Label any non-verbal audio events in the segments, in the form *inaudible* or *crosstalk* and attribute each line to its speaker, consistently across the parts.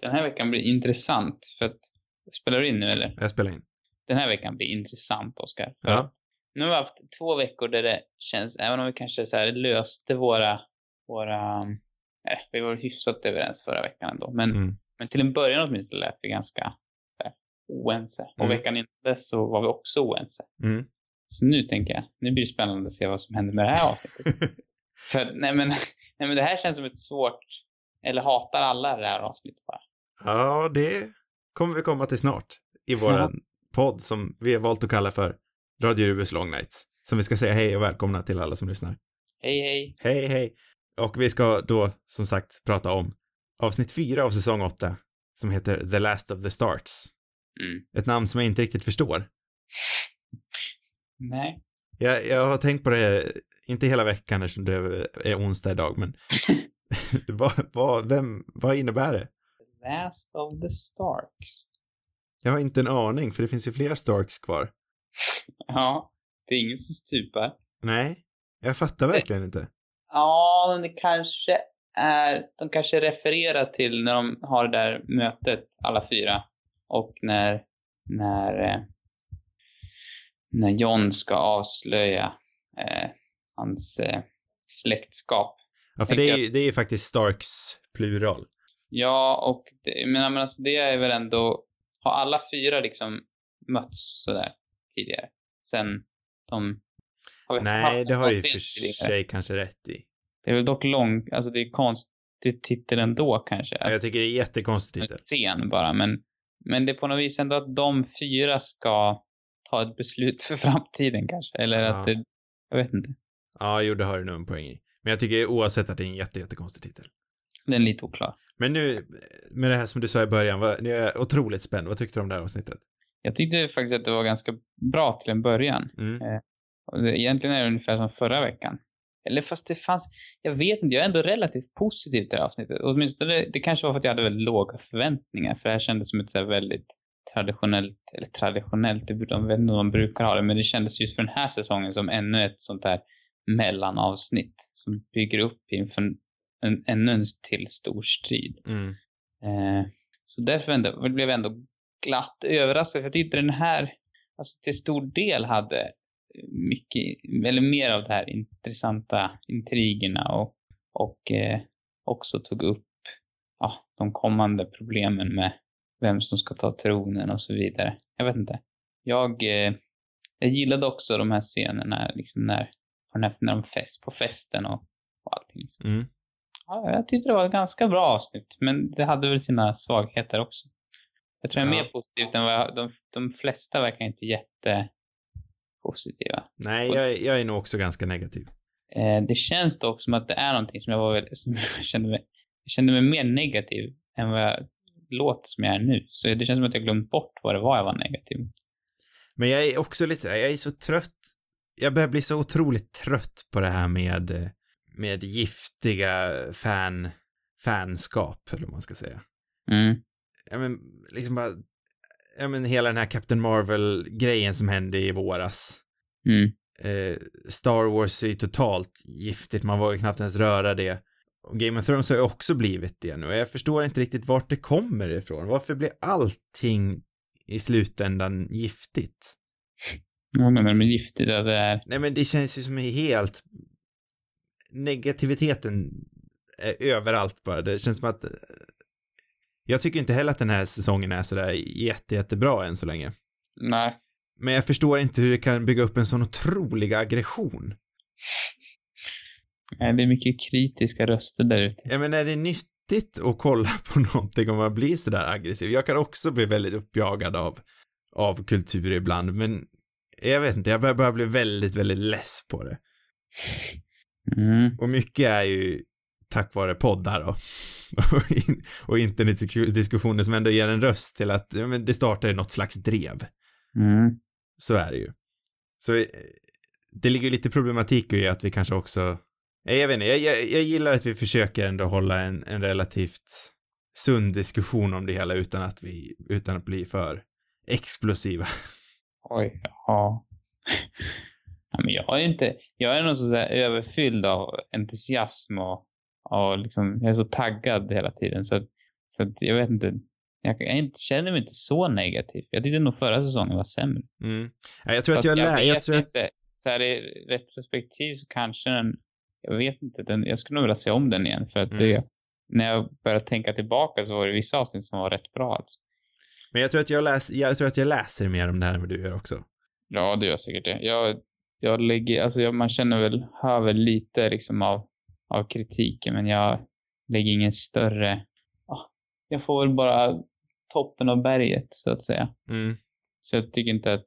Speaker 1: Den här veckan blir intressant för att... Spelar du in nu eller?
Speaker 2: Jag spelar in.
Speaker 1: Den här veckan blir intressant, Oskar.
Speaker 2: Ja.
Speaker 1: Nu har vi haft två veckor där det känns, även om vi kanske så här löste våra... våra nej, vi var hyfsat överens förra veckan ändå. Men,
Speaker 2: Mm. *laughs*
Speaker 1: men till en början åtminstone lät vi ganska så här, oense. Och
Speaker 2: Mm.
Speaker 1: veckan innan dess så var vi också oense.
Speaker 2: Mm.
Speaker 1: Så nu tänker jag, nu blir det spännande att se vad som händer med det här avsnittet. *laughs* För nej men, nej men det här känns som ett svårt, eller hatar alla det här avsnittet bara.
Speaker 2: ja, det kommer vi komma till snart i vår
Speaker 1: Ja.
Speaker 2: podd som vi har valt att kalla för Radio Rubus Long Nights. Som vi ska säga hej och välkomna till alla som lyssnar.
Speaker 1: Hej hej.
Speaker 2: Hej, hej. Och vi ska då som sagt prata om avsnitt fyra av säsong åtta som heter The Last of the Starts.
Speaker 1: Mm.
Speaker 2: Ett namn som jag inte riktigt förstår.
Speaker 1: Nej.
Speaker 2: Jag, jag har tänkt på det, inte hela veckan eftersom det är onsdag
Speaker 1: *laughs*
Speaker 2: idag, men *laughs* vad, vad, vem, vad innebär det?
Speaker 1: Last of the Starks.
Speaker 2: Jag har inte en aning, för det finns ju flera Starks kvar.
Speaker 1: Ja, det är ingen som stupar.
Speaker 2: Nej, jag fattar verkligen inte.
Speaker 1: Ja, men det kanske är, de kanske refererar till när de har det där mötet, alla fyra. Och när, när, eh, när John ska avslöja eh, hans eh, släktskap.
Speaker 2: Ja, för det är, ju- det är ju faktiskt Starks plural.
Speaker 1: Ja, och det, men, jag menar, alltså, det är väl ändå... Har alla fyra liksom mötts sådär tidigare? Sen de... Har vi
Speaker 2: Nej,
Speaker 1: haft
Speaker 2: det
Speaker 1: en
Speaker 2: har du
Speaker 1: sån
Speaker 2: ju
Speaker 1: scen
Speaker 2: för
Speaker 1: tidigare?
Speaker 2: sig kanske rätt i.
Speaker 1: Det är väl dock lång... Alltså det är konstig titel ändå kanske.
Speaker 2: Ja,
Speaker 1: Att
Speaker 2: Jag tycker det är jättekonstigt.
Speaker 1: en
Speaker 2: titel.
Speaker 1: scen bara, men... Men det är på något vis ändå att de fyra ska ta ett beslut *laughs* för framtiden kanske. Eller att
Speaker 2: Ja.
Speaker 1: det... Jag vet inte.
Speaker 2: Ja, jo, det har du nog en poäng i. Men jag tycker oavsett att det är en jätte, jättekonstig titel.
Speaker 1: Den är lite oklar.
Speaker 2: Men nu, med det här som du sa i början, vad, jag är otroligt spänd. Vad tyckte du om det här avsnittet?
Speaker 1: Jag tyckte faktiskt att det var ganska bra till en början.
Speaker 2: Mm.
Speaker 1: Och det, egentligen är det ungefär som förra veckan. Eller fast det fanns, jag vet inte, jag är ändå relativt positiv till det här avsnittet. Åtminstone, det, det kanske var för att jag hade väldigt låga förväntningar. För det här kändes som ett så här väldigt traditionellt, eller traditionellt, det, de vet inte om de brukar ha det, men det kändes just för den här säsongen som ännu ett sånt här mellanavsnitt som bygger upp inför en, en, ännu en till stor strid.
Speaker 2: Mm.
Speaker 1: Eh, så därför ändå, blev jag ändå glatt överraskad. För jag tyckte den här, alltså till stor del hade mycket, eller mer av de här intressanta intrigerna och, och eh, också tog upp ja, de kommande problemen med vem som ska ta tronen och så vidare. Jag vet inte. Jag, eh, jag gillade också de här scenerna liksom när, på den här- när de fest, på festen och, och allting.
Speaker 2: Mm.
Speaker 1: Ja, jag tyckte det var ett ganska bra avsnitt, men det hade väl sina svagheter också. Jag tror jag är
Speaker 2: Ja.
Speaker 1: mer positivt än vad jag, de, de flesta verkar inte jättepositiva.
Speaker 2: Nej, jag, jag är nog också ganska negativ.
Speaker 1: Eh, det känns dock som att det är någonting som jag var väl, *laughs* som jag kände mig, jag kände mig mer negativ än vad jag låter som jag är nu. Så det känns som att jag glömt bort vad det var jag var negativ mot.
Speaker 2: Men jag är också lite, jag är så trött. Jag börjar bli så otroligt trött på det här med, med giftiga fan, fanskap, eller vad man ska säga.
Speaker 1: Mm.
Speaker 2: Ja men, liksom bara, ja men hela den här Captain Marvel-grejen som hände i våras.
Speaker 1: Mm.
Speaker 2: Eh, Star Wars är ju totalt giftigt, man vågar knappt ens röra det. Och Game of Thrones har ju också blivit det nu, och jag förstår inte riktigt vart det kommer ifrån. Varför blir allting i slutändan giftigt?
Speaker 1: Vad menar du med giftigt? Att det är...
Speaker 2: Nej men det känns ju som helt negativiteten är överallt bara. Det känns som att eh, jag tycker inte heller att den här säsongen är sådär jätte, jättebra än så länge.
Speaker 1: Nej.
Speaker 2: Men jag förstår inte hur det kan bygga upp en sån otrolig aggression.
Speaker 1: Nej, Det är mycket kritiska röster där ute.
Speaker 2: Jag menar, är det nyttigt att kolla *laughs* på någonting om man blir sådär aggressiv? Jag kan också bli väldigt uppjagad av, av kultur ibland, men jag vet inte, jag börjar bara bli väldigt, väldigt less på det.
Speaker 1: Mm.
Speaker 2: Och mycket är ju tack vare poddar då. Och in- och internetdiskussioner som ändå ger en röst till att ja, men det startar ju något slags drev.
Speaker 1: Mm.
Speaker 2: Så är det ju. Så eh, det ligger ju lite problematik i att vi kanske också, Nej, jag vet inte, jag, jag, jag gillar att vi försöker ändå hålla en, en relativt sund diskussion om det hela utan att vi, utan att bli för explosiva.
Speaker 1: Oj, ja. ja men jag är inte, jag är nog så här överfylld av entusiasm och, och liksom, jag är så taggad hela tiden så att, Så att jag vet inte. Jag, jag inte- känner mig inte så negativ. Jag tyckte nog förra säsongen var sämre.
Speaker 2: Mm. Ja, jag tror att
Speaker 1: Fast
Speaker 2: jag, lär,
Speaker 1: vet
Speaker 2: jag tror att,
Speaker 1: inte. Så här i retrospektiv så kanske den, jag vet inte, den, jag skulle nog vilja se om den igen för att
Speaker 2: Mm.
Speaker 1: det, när jag började tänka tillbaka så var det vissa avsnitt som var rätt bra alltså.
Speaker 2: men jag tror att jag, läs, jag tror att jag läser mer om det här än vad du gör också.
Speaker 1: Ja, det gör säkert det. Jag, jag lägger, alltså jag, man känner väl, hör väl lite liksom av, av kritiken, men jag lägger ingen större, ah, jag får väl bara toppen av berget så att säga.
Speaker 2: Mm.
Speaker 1: Så jag tycker inte att...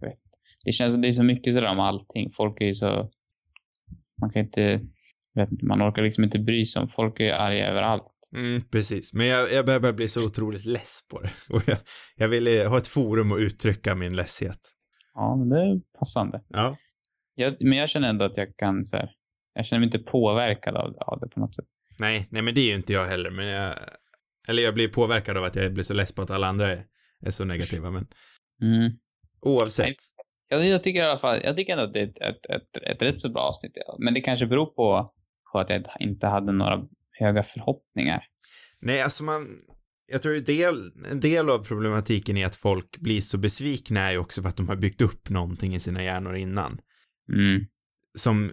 Speaker 1: jag vet inte. Det känns som det är så mycket sådär om allting. Folk är ju så... Man kan inte... Jag vet inte, man orkar liksom inte bry sig om. Folk är ju arga överallt.
Speaker 2: Mm, precis. Men jag, jag börjar bara bli så otroligt less på det. *laughs* Och jag, jag vill eh, ha ett forum att uttrycka min ledshet.
Speaker 1: Ja, men det är passande.
Speaker 2: Ja.
Speaker 1: Jag, men jag känner ändå att jag kan så här, Jag känner mig inte påverkad av, av det på något sätt.
Speaker 2: Nej, nej men det är ju inte jag heller, men jag... Eller jag blir påverkad av att jag blir så less på att alla andra är, är så negativa, men
Speaker 1: Mm.
Speaker 2: oavsett.
Speaker 1: Nej. Jag, jag tycker i alla fall... Jag tycker ändå att det är ett, ett, ett, ett rätt så bra avsnitt. Men det kanske beror på, på att jag inte hade några höga förhoppningar.
Speaker 2: Nej, alltså man... Jag tror ju del, en del av problematiken är att folk blir så besvikna är ju också för att de har byggt upp någonting i sina hjärnor innan.
Speaker 1: Mm.
Speaker 2: Som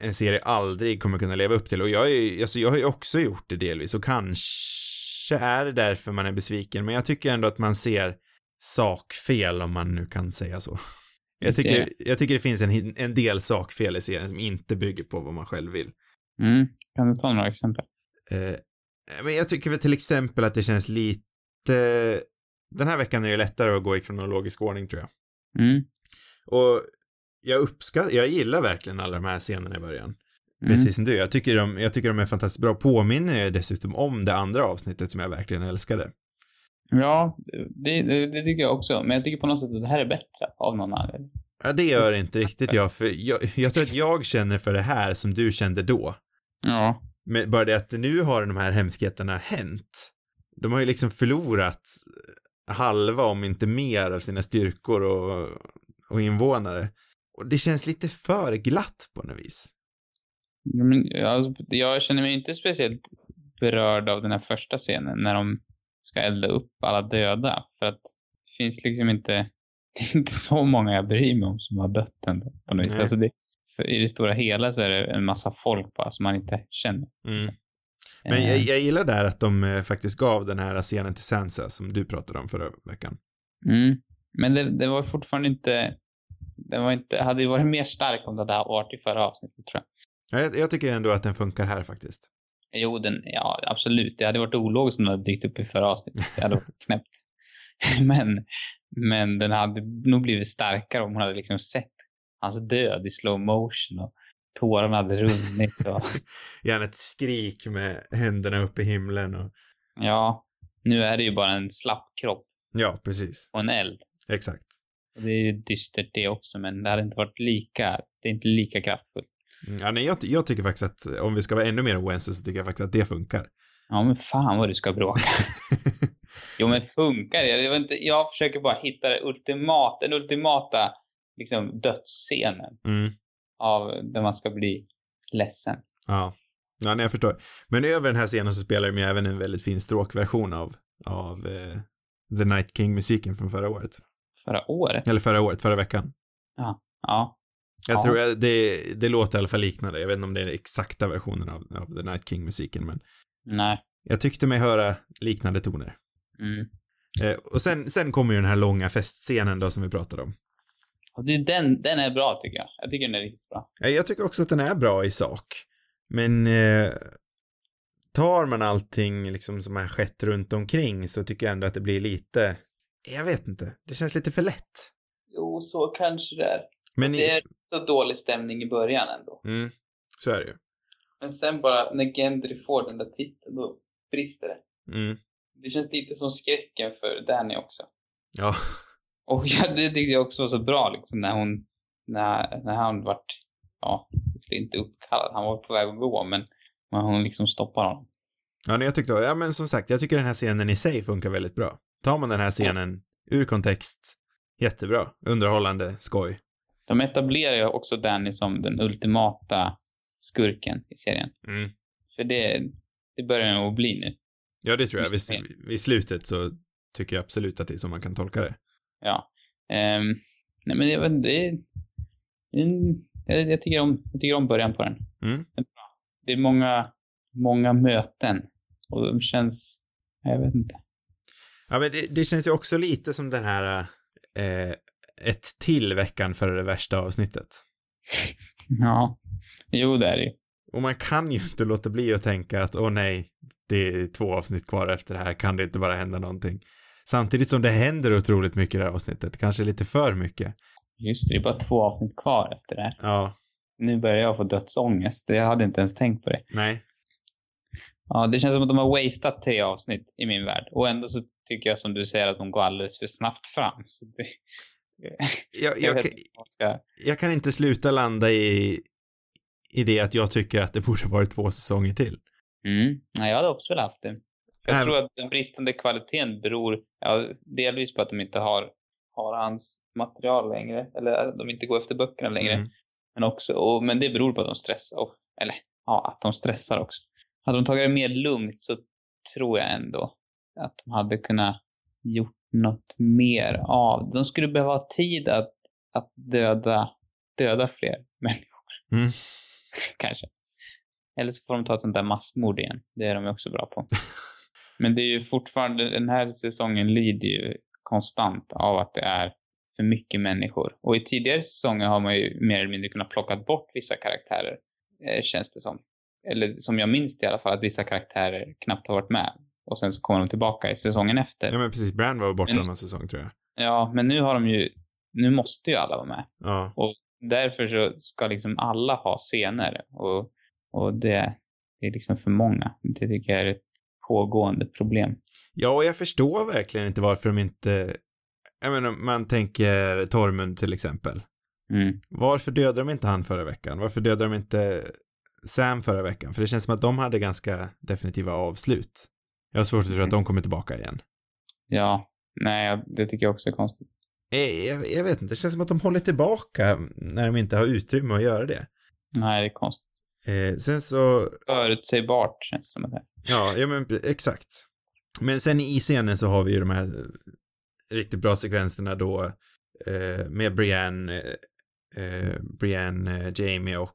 Speaker 2: en serie aldrig kommer kunna leva upp till. Och jag, är, ju- alltså jag har ju också gjort det delvis och kanske är det därför man är besviken. Men jag tycker ändå att man ser sakfel om man nu kan säga så. Jag
Speaker 1: Vi ser
Speaker 2: tycker, jag tycker det finns en, hin- en del sakfel i serien som inte bygger på vad man själv vill.
Speaker 1: Mm. Kan du ta några exempel?
Speaker 2: Eh, men jag tycker väl till exempel att det känns lite... Den här veckan är det lättare att gå i kronologisk ordning tror jag.
Speaker 1: Mm.
Speaker 2: Och jag uppskattar, jag gillar verkligen alla de här scenerna i början.
Speaker 1: Mm.
Speaker 2: Precis som du, jag tycker, de, jag tycker de är fantastiskt bra. Påminner ju dessutom om det andra avsnittet som jag verkligen älskade.
Speaker 1: Ja, det, det, det tycker jag också. Men jag tycker på något sätt att det här är bättre av någon anledning.
Speaker 2: Ja, det gör inte riktigt jag, för jag, jag tror att jag känner för det här som du kände då.
Speaker 1: Ja.
Speaker 2: Men bara det att nu har de här hemskheterna hänt. De har ju liksom förlorat halva, om inte mer, av sina styrkor och, och invånare. Och det känns lite för glatt på något vis.
Speaker 1: Men, alltså, jag känner mig inte speciellt berörd av den här första scenen när de ska elda upp alla döda. För att det finns liksom inte, *laughs* det är inte så många jag bryr mig om som har dött ändå. På något vis.
Speaker 2: Nej.
Speaker 1: Alltså det, för I det stora hela så är det en massa folk bara som man inte känner. Eh,
Speaker 2: Mm. Men jag, jag gillar där att de eh, faktiskt gav den här scenen till Sansa som du pratade om förra veckan.
Speaker 1: Mm. Men det, det var fortfarande inte... Den var inte, hade ju varit mer stark om det hade varit i förra avsnittet tror jag.
Speaker 2: Ja, jag, jag tycker ändå att den funkar här faktiskt.
Speaker 1: Jo, den, ja, absolut. Det hade varit ologiskt om den hade dykt upp i förra avsnittet. Det hade varit knäppt. *laughs* Men, men den hade nog blivit starkare om hon hade liksom sett hans död i slow motion och tårarna hade runnit. Och, *laughs*
Speaker 2: *laughs* Gärna ett skrik med händerna upp i himlen och
Speaker 1: ja, nu är det ju bara en slapp kropp
Speaker 2: ja, precis,
Speaker 1: och en eld.
Speaker 2: exakt.
Speaker 1: Och Det är ju dystert det också, men det hade inte varit lika, det är inte lika kraftfullt.
Speaker 2: Mm, Ja, nej, jag, ty- jag tycker faktiskt att eh, om vi ska vara ännu mer oense så tycker jag faktiskt att det funkar. *laughs*
Speaker 1: Ja, men fan vad du ska bråka. Jo men funkar det? det var inte, jag försöker bara hitta det ultimata, den ultimata liksom, dödsscenen
Speaker 2: mm.
Speaker 1: av där man ska bli ledsen.
Speaker 2: Ja, ja nej, jag förstår. Men över den här scenen så spelar de ju även en väldigt fin stråkversion av, av eh, The Night King-musiken från förra året.
Speaker 1: Förra året?
Speaker 2: Eller förra året, förra veckan.
Speaker 1: Ja.
Speaker 2: Jag
Speaker 1: Ja.
Speaker 2: tror jag, det, det låter i alla fall liknande. Jag vet inte om det är den exakta versionen av, av The Night King-musiken, men
Speaker 1: Nej.
Speaker 2: jag tyckte mig höra liknande toner.
Speaker 1: Mm.
Speaker 2: Eh, och sen, sen kommer ju den här långa festscenen då som vi pratade om.
Speaker 1: Och det, den, den är bra tycker jag. Jag tycker den är riktigt bra.
Speaker 2: Eh, Jag tycker också att den är bra i sak, men eh, tar man allting liksom som har skett runt omkring så tycker jag ändå att det blir lite, jag vet inte, det känns lite för lätt.
Speaker 1: Jo, så kanske det är.
Speaker 2: Men
Speaker 1: Det är så dålig stämning i början ändå.
Speaker 2: Mm, så är det ju.
Speaker 1: Men sen bara när Gendry får den där titeln, då brister det.
Speaker 2: Mm,
Speaker 1: Det känns lite som skräcken för Danny också.
Speaker 2: ja,
Speaker 1: Och *laughs* ja, det tyckte jag också var så bra liksom när hon, när, när han vart, ja, inte uppkallad, han var på väg att gå men, men hon liksom stoppar honom.
Speaker 2: ja nej, jag tyckte, ja men som sagt, jag tycker den här scenen i sig funkar väldigt bra. Tar man den här scenen ur kontext, jättebra, underhållande, skoj.
Speaker 1: De etablerar ju också Danny som den ultimata skurken i serien.
Speaker 2: Mm.
Speaker 1: För det, det börjar den att bli nu.
Speaker 2: Ja, det tror jag. Vis, I slutet så tycker jag absolut att det är så man kan tolka det.
Speaker 1: Ja. Ehm, nej, men jag vet inte, det är, det är en, jag, jag, tycker om, jag tycker om början på den.
Speaker 2: Mm.
Speaker 1: Den är bra. Det är många, många möten och de känns, jag vet inte.
Speaker 2: Ja, men det, det känns ju också lite som den här eh, ett till veckan före det värsta avsnittet.
Speaker 1: Ja, jo det är det ju.
Speaker 2: Och man kan ju inte låta bli att tänka att åh nej, det är två avsnitt kvar efter det här, kan det inte bara hända någonting? Samtidigt som det händer otroligt mycket i det här avsnittet, kanske lite för mycket.
Speaker 1: Just det, det är bara två avsnitt kvar efter det här.
Speaker 2: Ja,
Speaker 1: Nu börjar jag få dödsångest. Jag hade inte ens tänkt på det.
Speaker 2: nej.
Speaker 1: Ja, det känns som att de har wasteat tre avsnitt i min värld. Och ändå så tycker jag som du säger att de går alldeles för snabbt fram. Så det,
Speaker 2: Jag,
Speaker 1: jag
Speaker 2: jag,
Speaker 1: vet
Speaker 2: kan-
Speaker 1: inte vad man ska...
Speaker 2: jag kan inte sluta landa i, i det att jag tycker att det borde varit två säsonger till.
Speaker 1: Mm. Ja, jag hade också velat haft det. Jag
Speaker 2: Äm-
Speaker 1: tror att den bristande kvaliteten beror ja, delvis på att de inte har, har hans material längre. Eller att de inte går efter böckerna längre.
Speaker 2: Mm.
Speaker 1: Men, också, och, men det beror på att de stressar. Och, eller ja, att de stressar också. Hade de tagit det mer lugnt så tror jag ändå att de hade kunnat gjort något mer av De skulle behöva ha tid att, att döda, döda fler *laughs* människor.
Speaker 2: Mm.
Speaker 1: Kanske. Eller så får de ta ett sånt där massmord igen. Det är de ju också bra på. Men det är ju fortfarande, den här säsongen lider ju konstant av att det är för mycket människor. Och i tidigare säsonger har man ju mer eller mindre kunnat plocka bort vissa karaktärer, eh, känns det som. Eller som jag minns det i alla fall, att vissa karaktärer knappt har varit med. Och sen så kommer de tillbaka i säsongen efter.
Speaker 2: Ja, men precis. Brand var borta
Speaker 1: Men-
Speaker 2: någon säsong tror jag.
Speaker 1: Ja, men nu har de ju, nu måste ju alla vara med.
Speaker 2: Ja,
Speaker 1: Därför så ska liksom alla ha scener och, och det, det är liksom för många. Det tycker jag är ett pågående problem.
Speaker 2: ja och jag förstår verkligen inte varför de inte, jag menar, om man tänker Tormund till exempel.
Speaker 1: Mm.
Speaker 2: Varför dödade de inte han förra veckan? Varför dödade de inte Sam förra veckan? För det känns som att de hade ganska definitiva avslut. Jag har svårt att tro att de kommer tillbaka igen.
Speaker 1: Ja, nej, jag- det tycker jag också är konstigt.
Speaker 2: Eh, Jag, jag vet inte, det känns som att de håller tillbaka när de inte har utrymme att göra det.
Speaker 1: Nej, det är konstigt.
Speaker 2: Eh, sen så,
Speaker 1: Förutsägbart känns det som att det är.
Speaker 2: ja, ja men exakt. Men sen i scenen så har vi ju de här eh, riktigt bra sekvenserna då eh, med Brienne, eh, eh, Brienne, eh, Jamie och...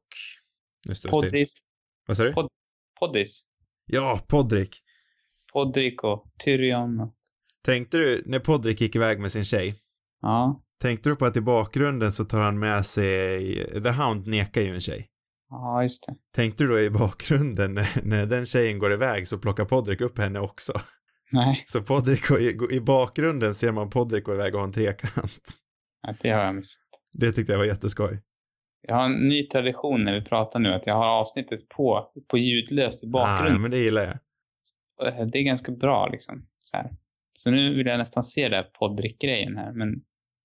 Speaker 2: Nu står det still.
Speaker 1: Poddis,
Speaker 2: Vad sa du?
Speaker 1: Pod- Poddis,
Speaker 2: Ja, Podrick.
Speaker 1: Podrick och Tyrion. och-
Speaker 2: Tänkte du, när Podrick gick iväg med sin tjej,
Speaker 1: Ja,
Speaker 2: tänkte du på att i bakgrunden så tar han med sig, eh, The Hound nekar ju en tjej.
Speaker 1: ja just det.
Speaker 2: Tänkte du då i bakgrunden *laughs* när, när den tjejen går iväg så plockar Podrick upp henne också. *laughs*
Speaker 1: Nej,
Speaker 2: Så Podrick, går i, går- i bakgrunden ser man Podrick gå iväg och ha en trekant.
Speaker 1: ja, det har jag missat.
Speaker 2: Det tyckte jag var jätteskoj.
Speaker 1: Jag har en ny tradition när vi pratar nu, att jag har avsnittet på, på ljudlöst i bakgrunden.
Speaker 2: Ah, men det gillar jag.
Speaker 1: Eh, det är ganska bra liksom. Så, här. så nu vill jag nästan se den här poddrick-grejen här, men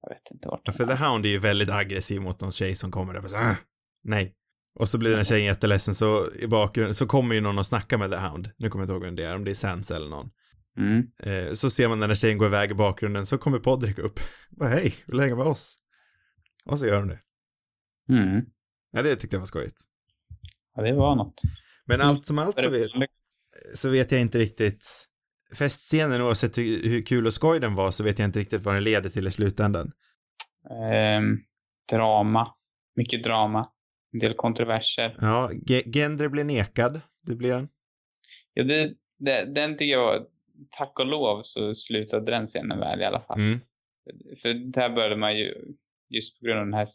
Speaker 1: jag vet inte vart.
Speaker 2: Ja, för The Hound är ju väldigt aggressiv mot någon tjej som kommer där och bara så, ah, nej. Och så blir den tjejen jätteledsen så i bakgrunden så kommer ju någon och snackar med The Hound. Nu kommer jag inte ihåg vem det är, om det är Sansa eller någon.
Speaker 1: Mm.
Speaker 2: Eh, så ser man när den tjejen går iväg i bakgrunden så kommer Podrick upp. *laughs* Bara hej, vill du hänga med oss? Och så gör de det.
Speaker 1: Mm.
Speaker 2: Ja, det tyckte jag var skojigt.
Speaker 1: Ja, det var något.
Speaker 2: Men allt som allt så vet,
Speaker 1: Är det-
Speaker 2: så vet jag inte riktigt. Festscenen, oavsett hur, hur kul och skoj den var, så vet jag inte riktigt vad den leder till i slutändan.
Speaker 1: Ehm, drama. Mycket drama. En del kontroverser.
Speaker 2: Ja, Ge- Gendry blir nekad. Det blir han.
Speaker 1: Ja, det, det, den tycker jag var, tack och lov så slutade den scenen väl i alla fall.
Speaker 2: Mm.
Speaker 1: För där började man ju, just på grund av den här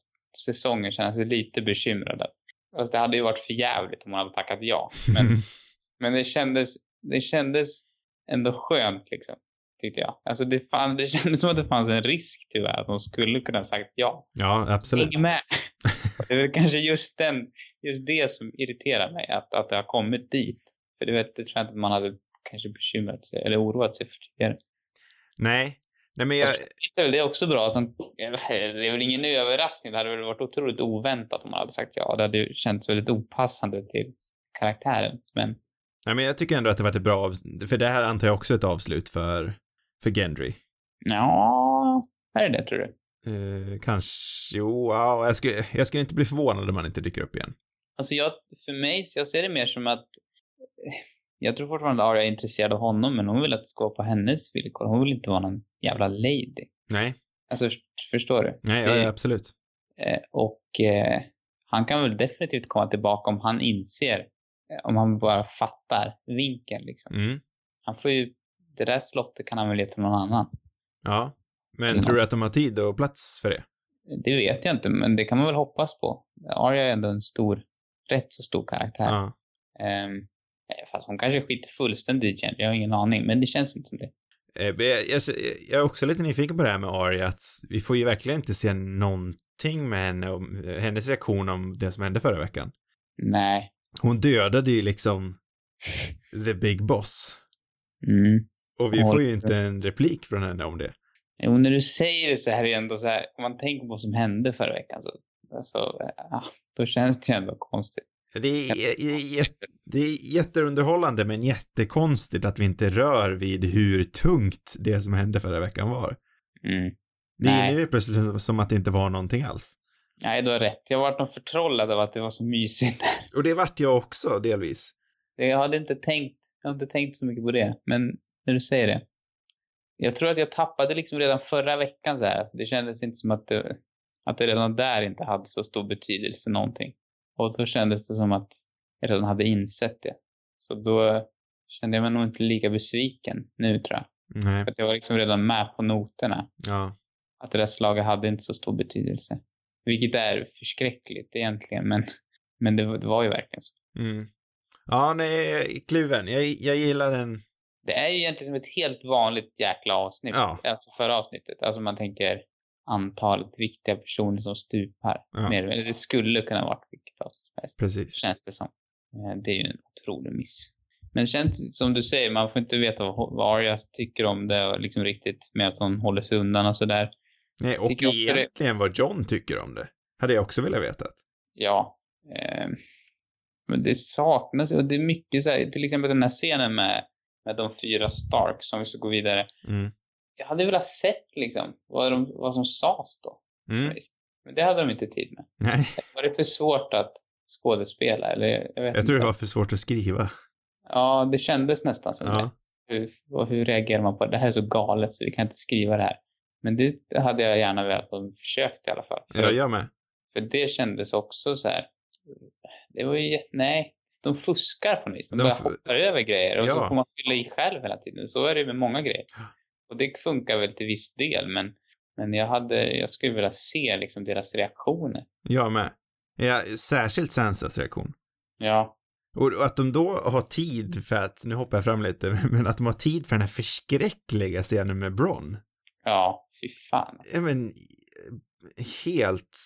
Speaker 1: säsongen, känna sig lite bekymrad. Alltså det hade ju varit för jävligt om hon hade tackat ja. Men Men det kändes, det kändes ändå skönt liksom, tyckte jag. Alltså det, fan, det *laughs* kändes som att det fanns en risk tyvärr att de skulle kunna ha sagt ja.
Speaker 2: *laughs* ja, absolut.
Speaker 1: Häng med! *laughs* Och det är väl kanske just, den, just det som irriterar mig, att, att det har kommit dit. För du vet, det tror jag inte man hade kanske bekymrat sig eller oroat sig för tidigare.
Speaker 2: Nej. Nej, men jag,
Speaker 1: Visst är väl det också bra att de, *laughs* det är väl ingen överraskning, det hade väl varit otroligt oväntat om man hade sagt ja. Det hade ju känts väldigt opassande till karaktären. Men
Speaker 2: nej, men jag tycker ändå att det varit ett bra avslut, för det här antar jag också är ett avslut för, för Gendry.
Speaker 1: ja, är det det tror du?
Speaker 2: Eh, kanske, jo, ja, jag skulle, jag skulle inte bli förvånad om han inte dyker upp igen.
Speaker 1: Alltså jag, för mig, så jag ser det mer som att eh, Jag tror fortfarande Arya är intresserad av honom, men hon vill att det ska vara på hennes villkor. Hon vill inte vara någon jävla lady.
Speaker 2: Nej,
Speaker 1: Alltså, först- förstår du?
Speaker 2: nej,
Speaker 1: Det-
Speaker 2: ja, absolut.
Speaker 1: Eh, och eh, han kan väl definitivt komma tillbaka om han inser, eh, om han bara fattar vinkeln liksom.
Speaker 2: Mm.
Speaker 1: Han får ju, det där slottet kan han väl ge till någon annan.
Speaker 2: Ja. Men
Speaker 1: Ja.
Speaker 2: tror du att de har tid och plats för det?
Speaker 1: Det vet jag inte, men det kan man väl hoppas på. Arya är ändå en stor, rätt så stor karaktär.
Speaker 2: Ja.
Speaker 1: Ehm, eh, fast hon kanske skiter fullständigt i Jen, jag har ingen aning, men det känns inte som det.
Speaker 2: Eh, men Jag, jag, jag är också lite nyfiken på det här med Arya, att vi får ju verkligen inte se någonting med henne, om, hennes reaktion om det som hände förra veckan.
Speaker 1: Nej. *laughs*
Speaker 2: Hon dödade ju liksom the big boss.
Speaker 1: Mm.
Speaker 2: Och vi
Speaker 1: Ja,
Speaker 2: får ju
Speaker 1: just
Speaker 2: inte en replik från henne om det.
Speaker 1: Jo, när du säger det så här är det ändå så här, om man tänker på vad som hände förra veckan så, alltså, eh, ah, då känns det ju ändå konstigt.
Speaker 2: Det är, det är, det är jätteunderhållande men jättekonstigt att vi inte rör vid hur tungt det som hände förra veckan var.
Speaker 1: Mm.
Speaker 2: Det är
Speaker 1: Nej.
Speaker 2: nu plötsligt som att det inte var någonting alls.
Speaker 1: Nej, du har rätt. Jag vart nog förtrollad av att det var så mysigt.
Speaker 2: Och det vart jag också delvis.
Speaker 1: Jag hade inte tänkt, jag har inte tänkt så mycket på det, men när du säger det. Jag tror att jag tappade liksom redan förra veckan så här. Det kändes inte som att det, att det redan där inte hade så stor betydelse någonting. Och då kändes det som att jag redan hade insett det. Så då kände jag mig nog inte lika besviken nu tror jag.
Speaker 2: Nej,
Speaker 1: För att jag var liksom redan med på noterna.
Speaker 2: ja.
Speaker 1: att det där slaget hade inte så stor betydelse. Vilket är förskräckligt egentligen, men, men det, var- det var ju verkligen så.
Speaker 2: Mm. Ja, nej, jag är kluven. Jag, jag gillar den.
Speaker 1: Det är ju egentligen som ett helt vanligt jäkla avsnitt.
Speaker 2: Ja.
Speaker 1: Alltså förra avsnittet. Alltså man tänker antalet viktiga personer som stupar.
Speaker 2: Ja.
Speaker 1: Mer, eller det skulle kunna varit vilket avsnitt som helst.
Speaker 2: Precis.
Speaker 1: Känns det som. Eh, Det är ju en otrolig miss. Men det känns som du säger, man får inte veta vad vad Arya tycker om det och liksom riktigt med att hon håller sig undan och sådär.
Speaker 2: Nej, och
Speaker 1: Tycker jag också det-
Speaker 2: egentligen vad John tycker om det. Hade jag också velat veta.
Speaker 1: ja. Eh, men det saknas och det är mycket så här, till exempel den här scenen med, med de fyra Starks som vi ska gå vidare.
Speaker 2: Mm.
Speaker 1: Jag hade velat sett liksom vad, de, vad som sades då.
Speaker 2: Mm.
Speaker 1: Men det hade de inte tid med.
Speaker 2: Nej,
Speaker 1: Var det för svårt att skådespela eller? Jag, vet
Speaker 2: jag tror det
Speaker 1: inte.
Speaker 2: var för svårt att skriva.
Speaker 1: Ja, det kändes nästan som
Speaker 2: Ja.
Speaker 1: det. Hur, och hur reagerar man på det? Det här är så galet så vi kan inte skriva det här. Men det hade jag gärna velat att de försökt i alla fall. För
Speaker 2: Jag gör med.
Speaker 1: För det kändes också så här. Det var ju, jä- nej, de fuskar på något vis. De,
Speaker 2: De
Speaker 1: bara
Speaker 2: fu-
Speaker 1: hoppar över grejer och så
Speaker 2: Ja.
Speaker 1: får man fylla i själv hela tiden. Så är det ju med många grejer. Och det funkar väl till viss del, men, men jag, hade, jag skulle vilja se liksom deras reaktioner.
Speaker 2: Jag med. Ja, särskilt Sansas reaktion.
Speaker 1: Ja,
Speaker 2: Och och att de då har tid för att, nu hoppar jag fram lite, *laughs* men att de har tid för den här förskräckliga scenen med Bron.
Speaker 1: ja, fy fan.
Speaker 2: Ja, men helt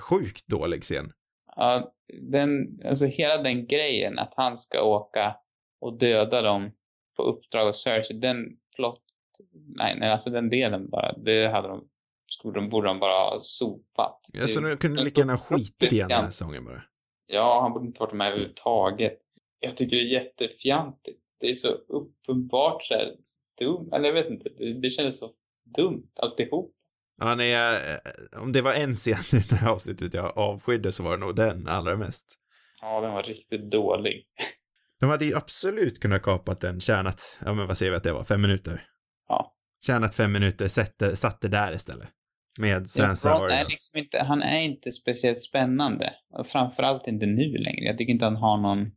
Speaker 2: sjukt dålig scen.
Speaker 1: Ja, den, alltså hela den grejen att han ska åka och döda dem på uppdrag av Cersei, den plott, nej, nej, alltså den delen bara, det hade de, skulle de, borde de bara ha sopat.
Speaker 2: Ja, så
Speaker 1: Det-
Speaker 2: de Alltså, kunde
Speaker 1: en
Speaker 2: lika
Speaker 1: stor
Speaker 2: gärna ha skitit i den här
Speaker 1: fruktans.
Speaker 2: säsongen bara.
Speaker 1: Ja, han borde inte varit med överhuvudtaget. Jag tycker det är jättefjantigt. Det är så uppenbart så här dumt, eller jag vet inte, det, det kändes så dumt alltihop.
Speaker 2: Ja, nej, jag, om det var en scen i det här avsnittet jag avskydde så var det nog den allra mest.
Speaker 1: Ja, den var riktigt dålig.
Speaker 2: De hade ju absolut kunnat kapat den, tjänat, ja men vad säger vi att det var, fem minuter?
Speaker 1: Ja.
Speaker 2: Tjänat fem minuter, satt det, satt det där istället. Med Sansa
Speaker 1: Ron
Speaker 2: och
Speaker 1: är liksom inte, han är inte speciellt spännande. Och framförallt inte nu längre. Jag tycker inte han har någon,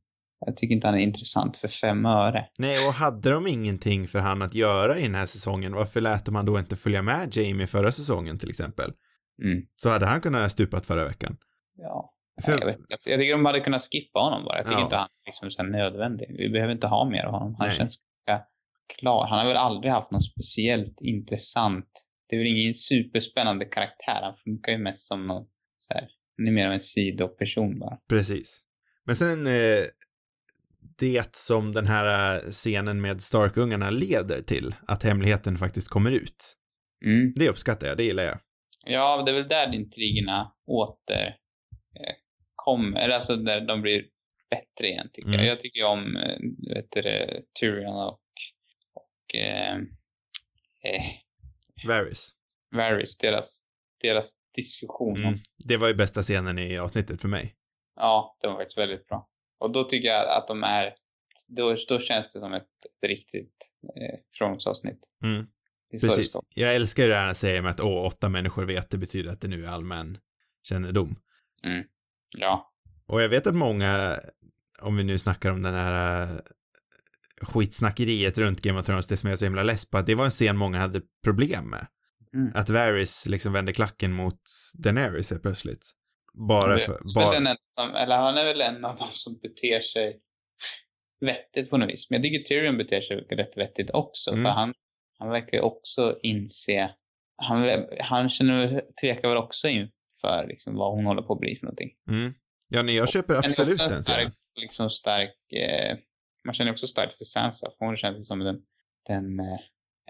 Speaker 1: jag tycker inte han är intressant för fem öre.
Speaker 2: Nej, och hade de ingenting för han att göra i den här säsongen, varför lät de han då inte följa med Jamie förra säsongen till exempel?
Speaker 1: Mm.
Speaker 2: Så hade han kunnat ha stupat förra veckan.
Speaker 1: Ja.
Speaker 2: För-
Speaker 1: Nej, Jag, vet, inte. jag tycker de hade kunnat skippa honom bara. Jag tycker
Speaker 2: Ja.
Speaker 1: inte han är liksom så här nödvändig. Vi behöver inte ha mer av honom. Han
Speaker 2: Nej.
Speaker 1: känns ganska klar. Han har väl aldrig haft någon speciellt intressant. Det är väl ingen superspännande karaktär. Han funkar ju mest som någon så här. Han är mer av en sidoperson bara.
Speaker 2: Precis. Men sen eh, det som den här eh, scenen med Starkungarna leder till, att hemligheten faktiskt kommer ut.
Speaker 1: Mm.
Speaker 2: Det uppskattar jag, det gillar jag.
Speaker 1: Ja, det är väl där intrigerna åter eh, kommer. Eller Alltså där de blir bättre igen tycker
Speaker 2: Mm.
Speaker 1: jag. Jag tycker ju om eh, vet du, det, Tyrion och, och eh, eh,
Speaker 2: Varys.
Speaker 1: Varys, deras, deras diskussion.
Speaker 2: Mm.
Speaker 1: om
Speaker 2: Det var ju bästa scenen i avsnittet för mig.
Speaker 1: Ja, den var faktiskt väldigt bra. Och då tycker jag att de är, då, då känns det som ett, ett riktigt eh, Thrones-avsnitt.
Speaker 2: Mm.
Speaker 1: Det är så det
Speaker 2: Precis.
Speaker 1: står.
Speaker 2: Jag älskar ju det här när säger med att åh, åtta människor vet, det betyder att det nu är allmän kännedom.
Speaker 1: Ja.
Speaker 2: Och jag vet att många, om vi nu snackar om den här eh, skitsnackeriet runt Game of Thrones, det som jag är så himla less på, att det var en scen många hade problem med.
Speaker 1: Mm.
Speaker 2: Att Varys liksom vände klacken mot Daenerys helt plötsligt. Bara
Speaker 1: Det-
Speaker 2: för,
Speaker 1: Men
Speaker 2: bara,
Speaker 1: Den är som, eller han är väl en av dem som beter sig vettigt på något vis. Men jag tycker Tyrion beter sig rätt vettigt också.
Speaker 2: Mm.
Speaker 1: För han, han verkar ju också inse, han, han känner, tvekar väl också inför liksom, vad hon håller på att bli för någonting.
Speaker 2: mm. Ja, nej, jag köper
Speaker 1: Men det är
Speaker 2: absolut
Speaker 1: också en
Speaker 2: den
Speaker 1: stark,
Speaker 2: scenen.
Speaker 1: liksom stark, eh, man känner också starkt för Sansa. För hon känns ju som den, den, eh,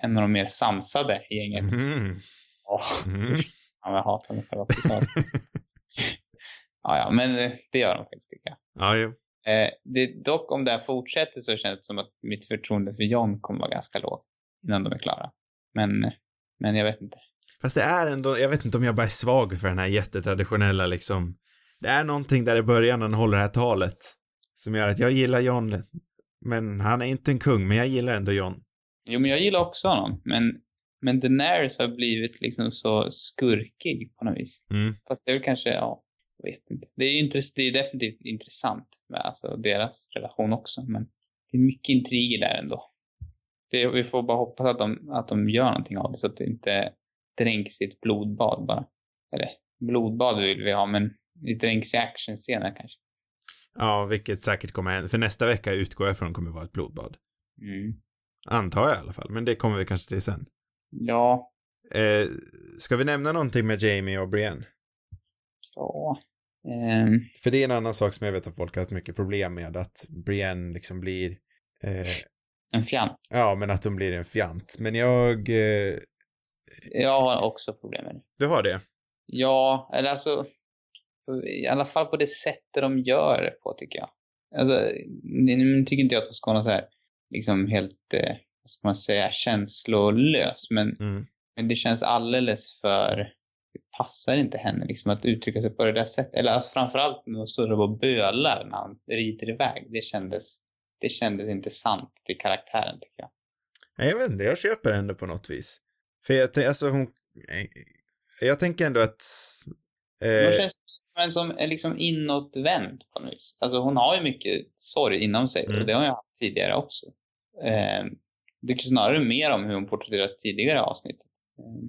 Speaker 1: en av de mer sansade i gänget.
Speaker 2: Mhm.
Speaker 1: Åh.
Speaker 2: Mm.
Speaker 1: Fan vad jag hatar mig själv också.
Speaker 2: *laughs*
Speaker 1: ja, ja, men eh, det gör de faktiskt tycker jag.
Speaker 2: Ja, jo.
Speaker 1: Eh, det, dock om det här fortsätter så känns det som att mitt förtroende för John kommer vara ganska lågt innan de är klara. Men, men jag vet inte.
Speaker 2: Fast det är ändå, jag vet inte om jag bara är svag för den här jättetraditionella liksom. Det är någonting där i början när han håller det här talet som gör att jag gillar John, men han är inte en kung, men jag gillar ändå John.
Speaker 1: Jo, men jag gillar också honom, men, men Daenerys har blivit liksom så skurkig på något vis.
Speaker 2: Mm.
Speaker 1: Fast det är väl kanske, ja, jag vet inte. Det är ju intress- det är definitivt intressant med alltså, deras relation också, men det är mycket intriger där ändå. Det, vi får bara hoppas att de, att de gör någonting av det så att det inte dränks i ett blodbad bara. Eller, blodbad vill vi ha, men det dränks i actionscener kanske.
Speaker 2: Ja, vilket säkert kommer hända, för nästa vecka utgår jag från kommer vara ett blodbad.
Speaker 1: Mm.
Speaker 2: Antar jag i alla fall, men det kommer vi kanske till sen.
Speaker 1: Ja,
Speaker 2: Eh, ska vi nämna någonting med Jamie och Brienne?
Speaker 1: ja. Ehm,
Speaker 2: För det är en annan sak som jag vet att folk har haft mycket problem med, att Brienne liksom blir eh,
Speaker 1: en fjant.
Speaker 2: Ja, men att de blir en fjant. Men jag... Eh,
Speaker 1: Jag har också problem med det.
Speaker 2: du har det?
Speaker 1: Ja, eller alltså i alla fall på det sättet de gör det på tycker jag. Alltså, nu nu tycker inte jag att de ska vara någon så här, liksom helt, eh, vad ska man säga, känslolös, men,
Speaker 2: Mm.
Speaker 1: men det känns alldeles för, det passar inte henne liksom att uttrycka sig på det där sättet. Eller alltså, framförallt när hon står där och bölar när han rider iväg. Det kändes, det kändes inte sant till karaktären tycker jag.
Speaker 2: Nej, jag vet inte, jag köper henne på något vis. För jag tänker, alltså hon... eh, Jag tänker ändå att...
Speaker 1: Hon
Speaker 2: Eh,
Speaker 1: känns som en som är liksom inåtvänd på något vis. Alltså hon har ju mycket sorg inom sig
Speaker 2: Mm.
Speaker 1: och det har hon ju haft tidigare också. Eh, det är snarare mer om hur hon porträtteras tidigare i avsnittet. Eh,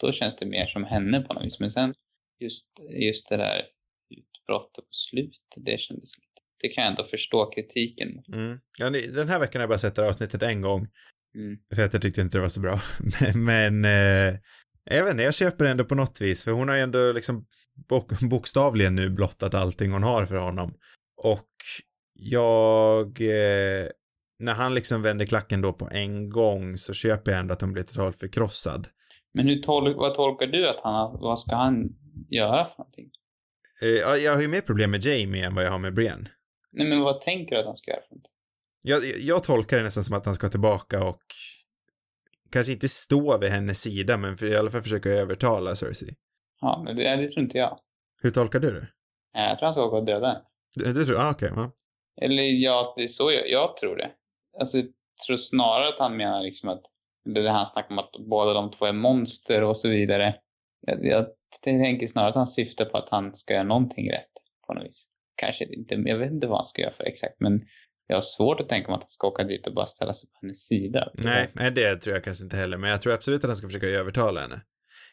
Speaker 1: då känns det mer som henne på något vis. Men sen just, just det där utbrottet på slutet, det kändes lite... Det kan jag ändå förstå kritiken mot.
Speaker 2: mm. ja, ni- den här veckan har jag bara sett det här avsnittet en gång.
Speaker 1: Mm.
Speaker 2: För att jag tyckte inte det var så bra. *laughs* men... Eh, jag vet inte, jag köper henne på något vis. För hon har ju ändå liksom bok, bokstavligen nu blottat allting hon har för honom. Och jag... Eh, när han liksom vänder klacken då på en gång så köper jag ändå att hon blir totalt förkrossad.
Speaker 1: Men hur tol- vad tolkar du att han har, vad ska han göra för någonting?
Speaker 2: Eh, ja, jag har ju mer problem med Jamie än vad jag har med Brienne.
Speaker 1: Nej men vad tänker du att han ska göra för någonting?
Speaker 2: Jag, jag tolkar det nästan som att han ska tillbaka och kanske inte stå vid hennes sida men för, i alla fall försöka övertala Cersei.
Speaker 1: Ja, men det, det tror inte jag.
Speaker 2: Hur tolkar du det?
Speaker 1: Eh, Jag tror han ska åka och döda henne.
Speaker 2: Du, du tror, ah, okej, ja.
Speaker 1: Eller ja, det är så jag, jag tror det. Alltså, jag tror snarare att han menar liksom att, det där han snackar om att båda de två är monster och så vidare. Jag, jag tänker snarare att han syftar på att han ska göra någonting rätt på något vis. Kanske inte, jag vet inte vad han ska göra för exakt, men jag har svårt att tänka mig att han ska åka dit och bara ställa sig på hennes sida.
Speaker 2: Nej, nej, det tror jag kanske inte heller, men jag tror absolut att han ska försöka övertala henne.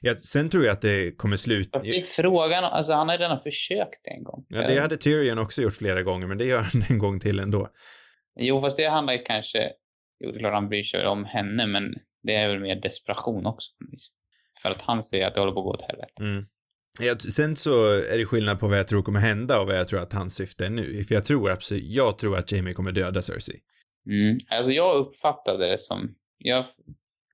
Speaker 2: Jag, sen tror jag att det kommer sluta...
Speaker 1: Fast det är frågan, alltså han har redan försökt en gång.
Speaker 2: Ja, det hade Tyrion också gjort flera gånger, men det gör han *laughs* en gång till ändå.
Speaker 1: Jo, fast det handlar ju kanske... Jo, det är klart han bryr sig om henne, men det är väl mer desperation också. på något vis. För att han säger att det håller på att gå åt helvete.
Speaker 2: Mm. Jag, sen så är det skillnad på vad jag tror kommer hända och vad jag tror att hans syfte är nu. För jag tror absolut, jag tror att Jamie kommer döda Cersei.
Speaker 1: Mm. Alltså jag uppfattade det som... Jag,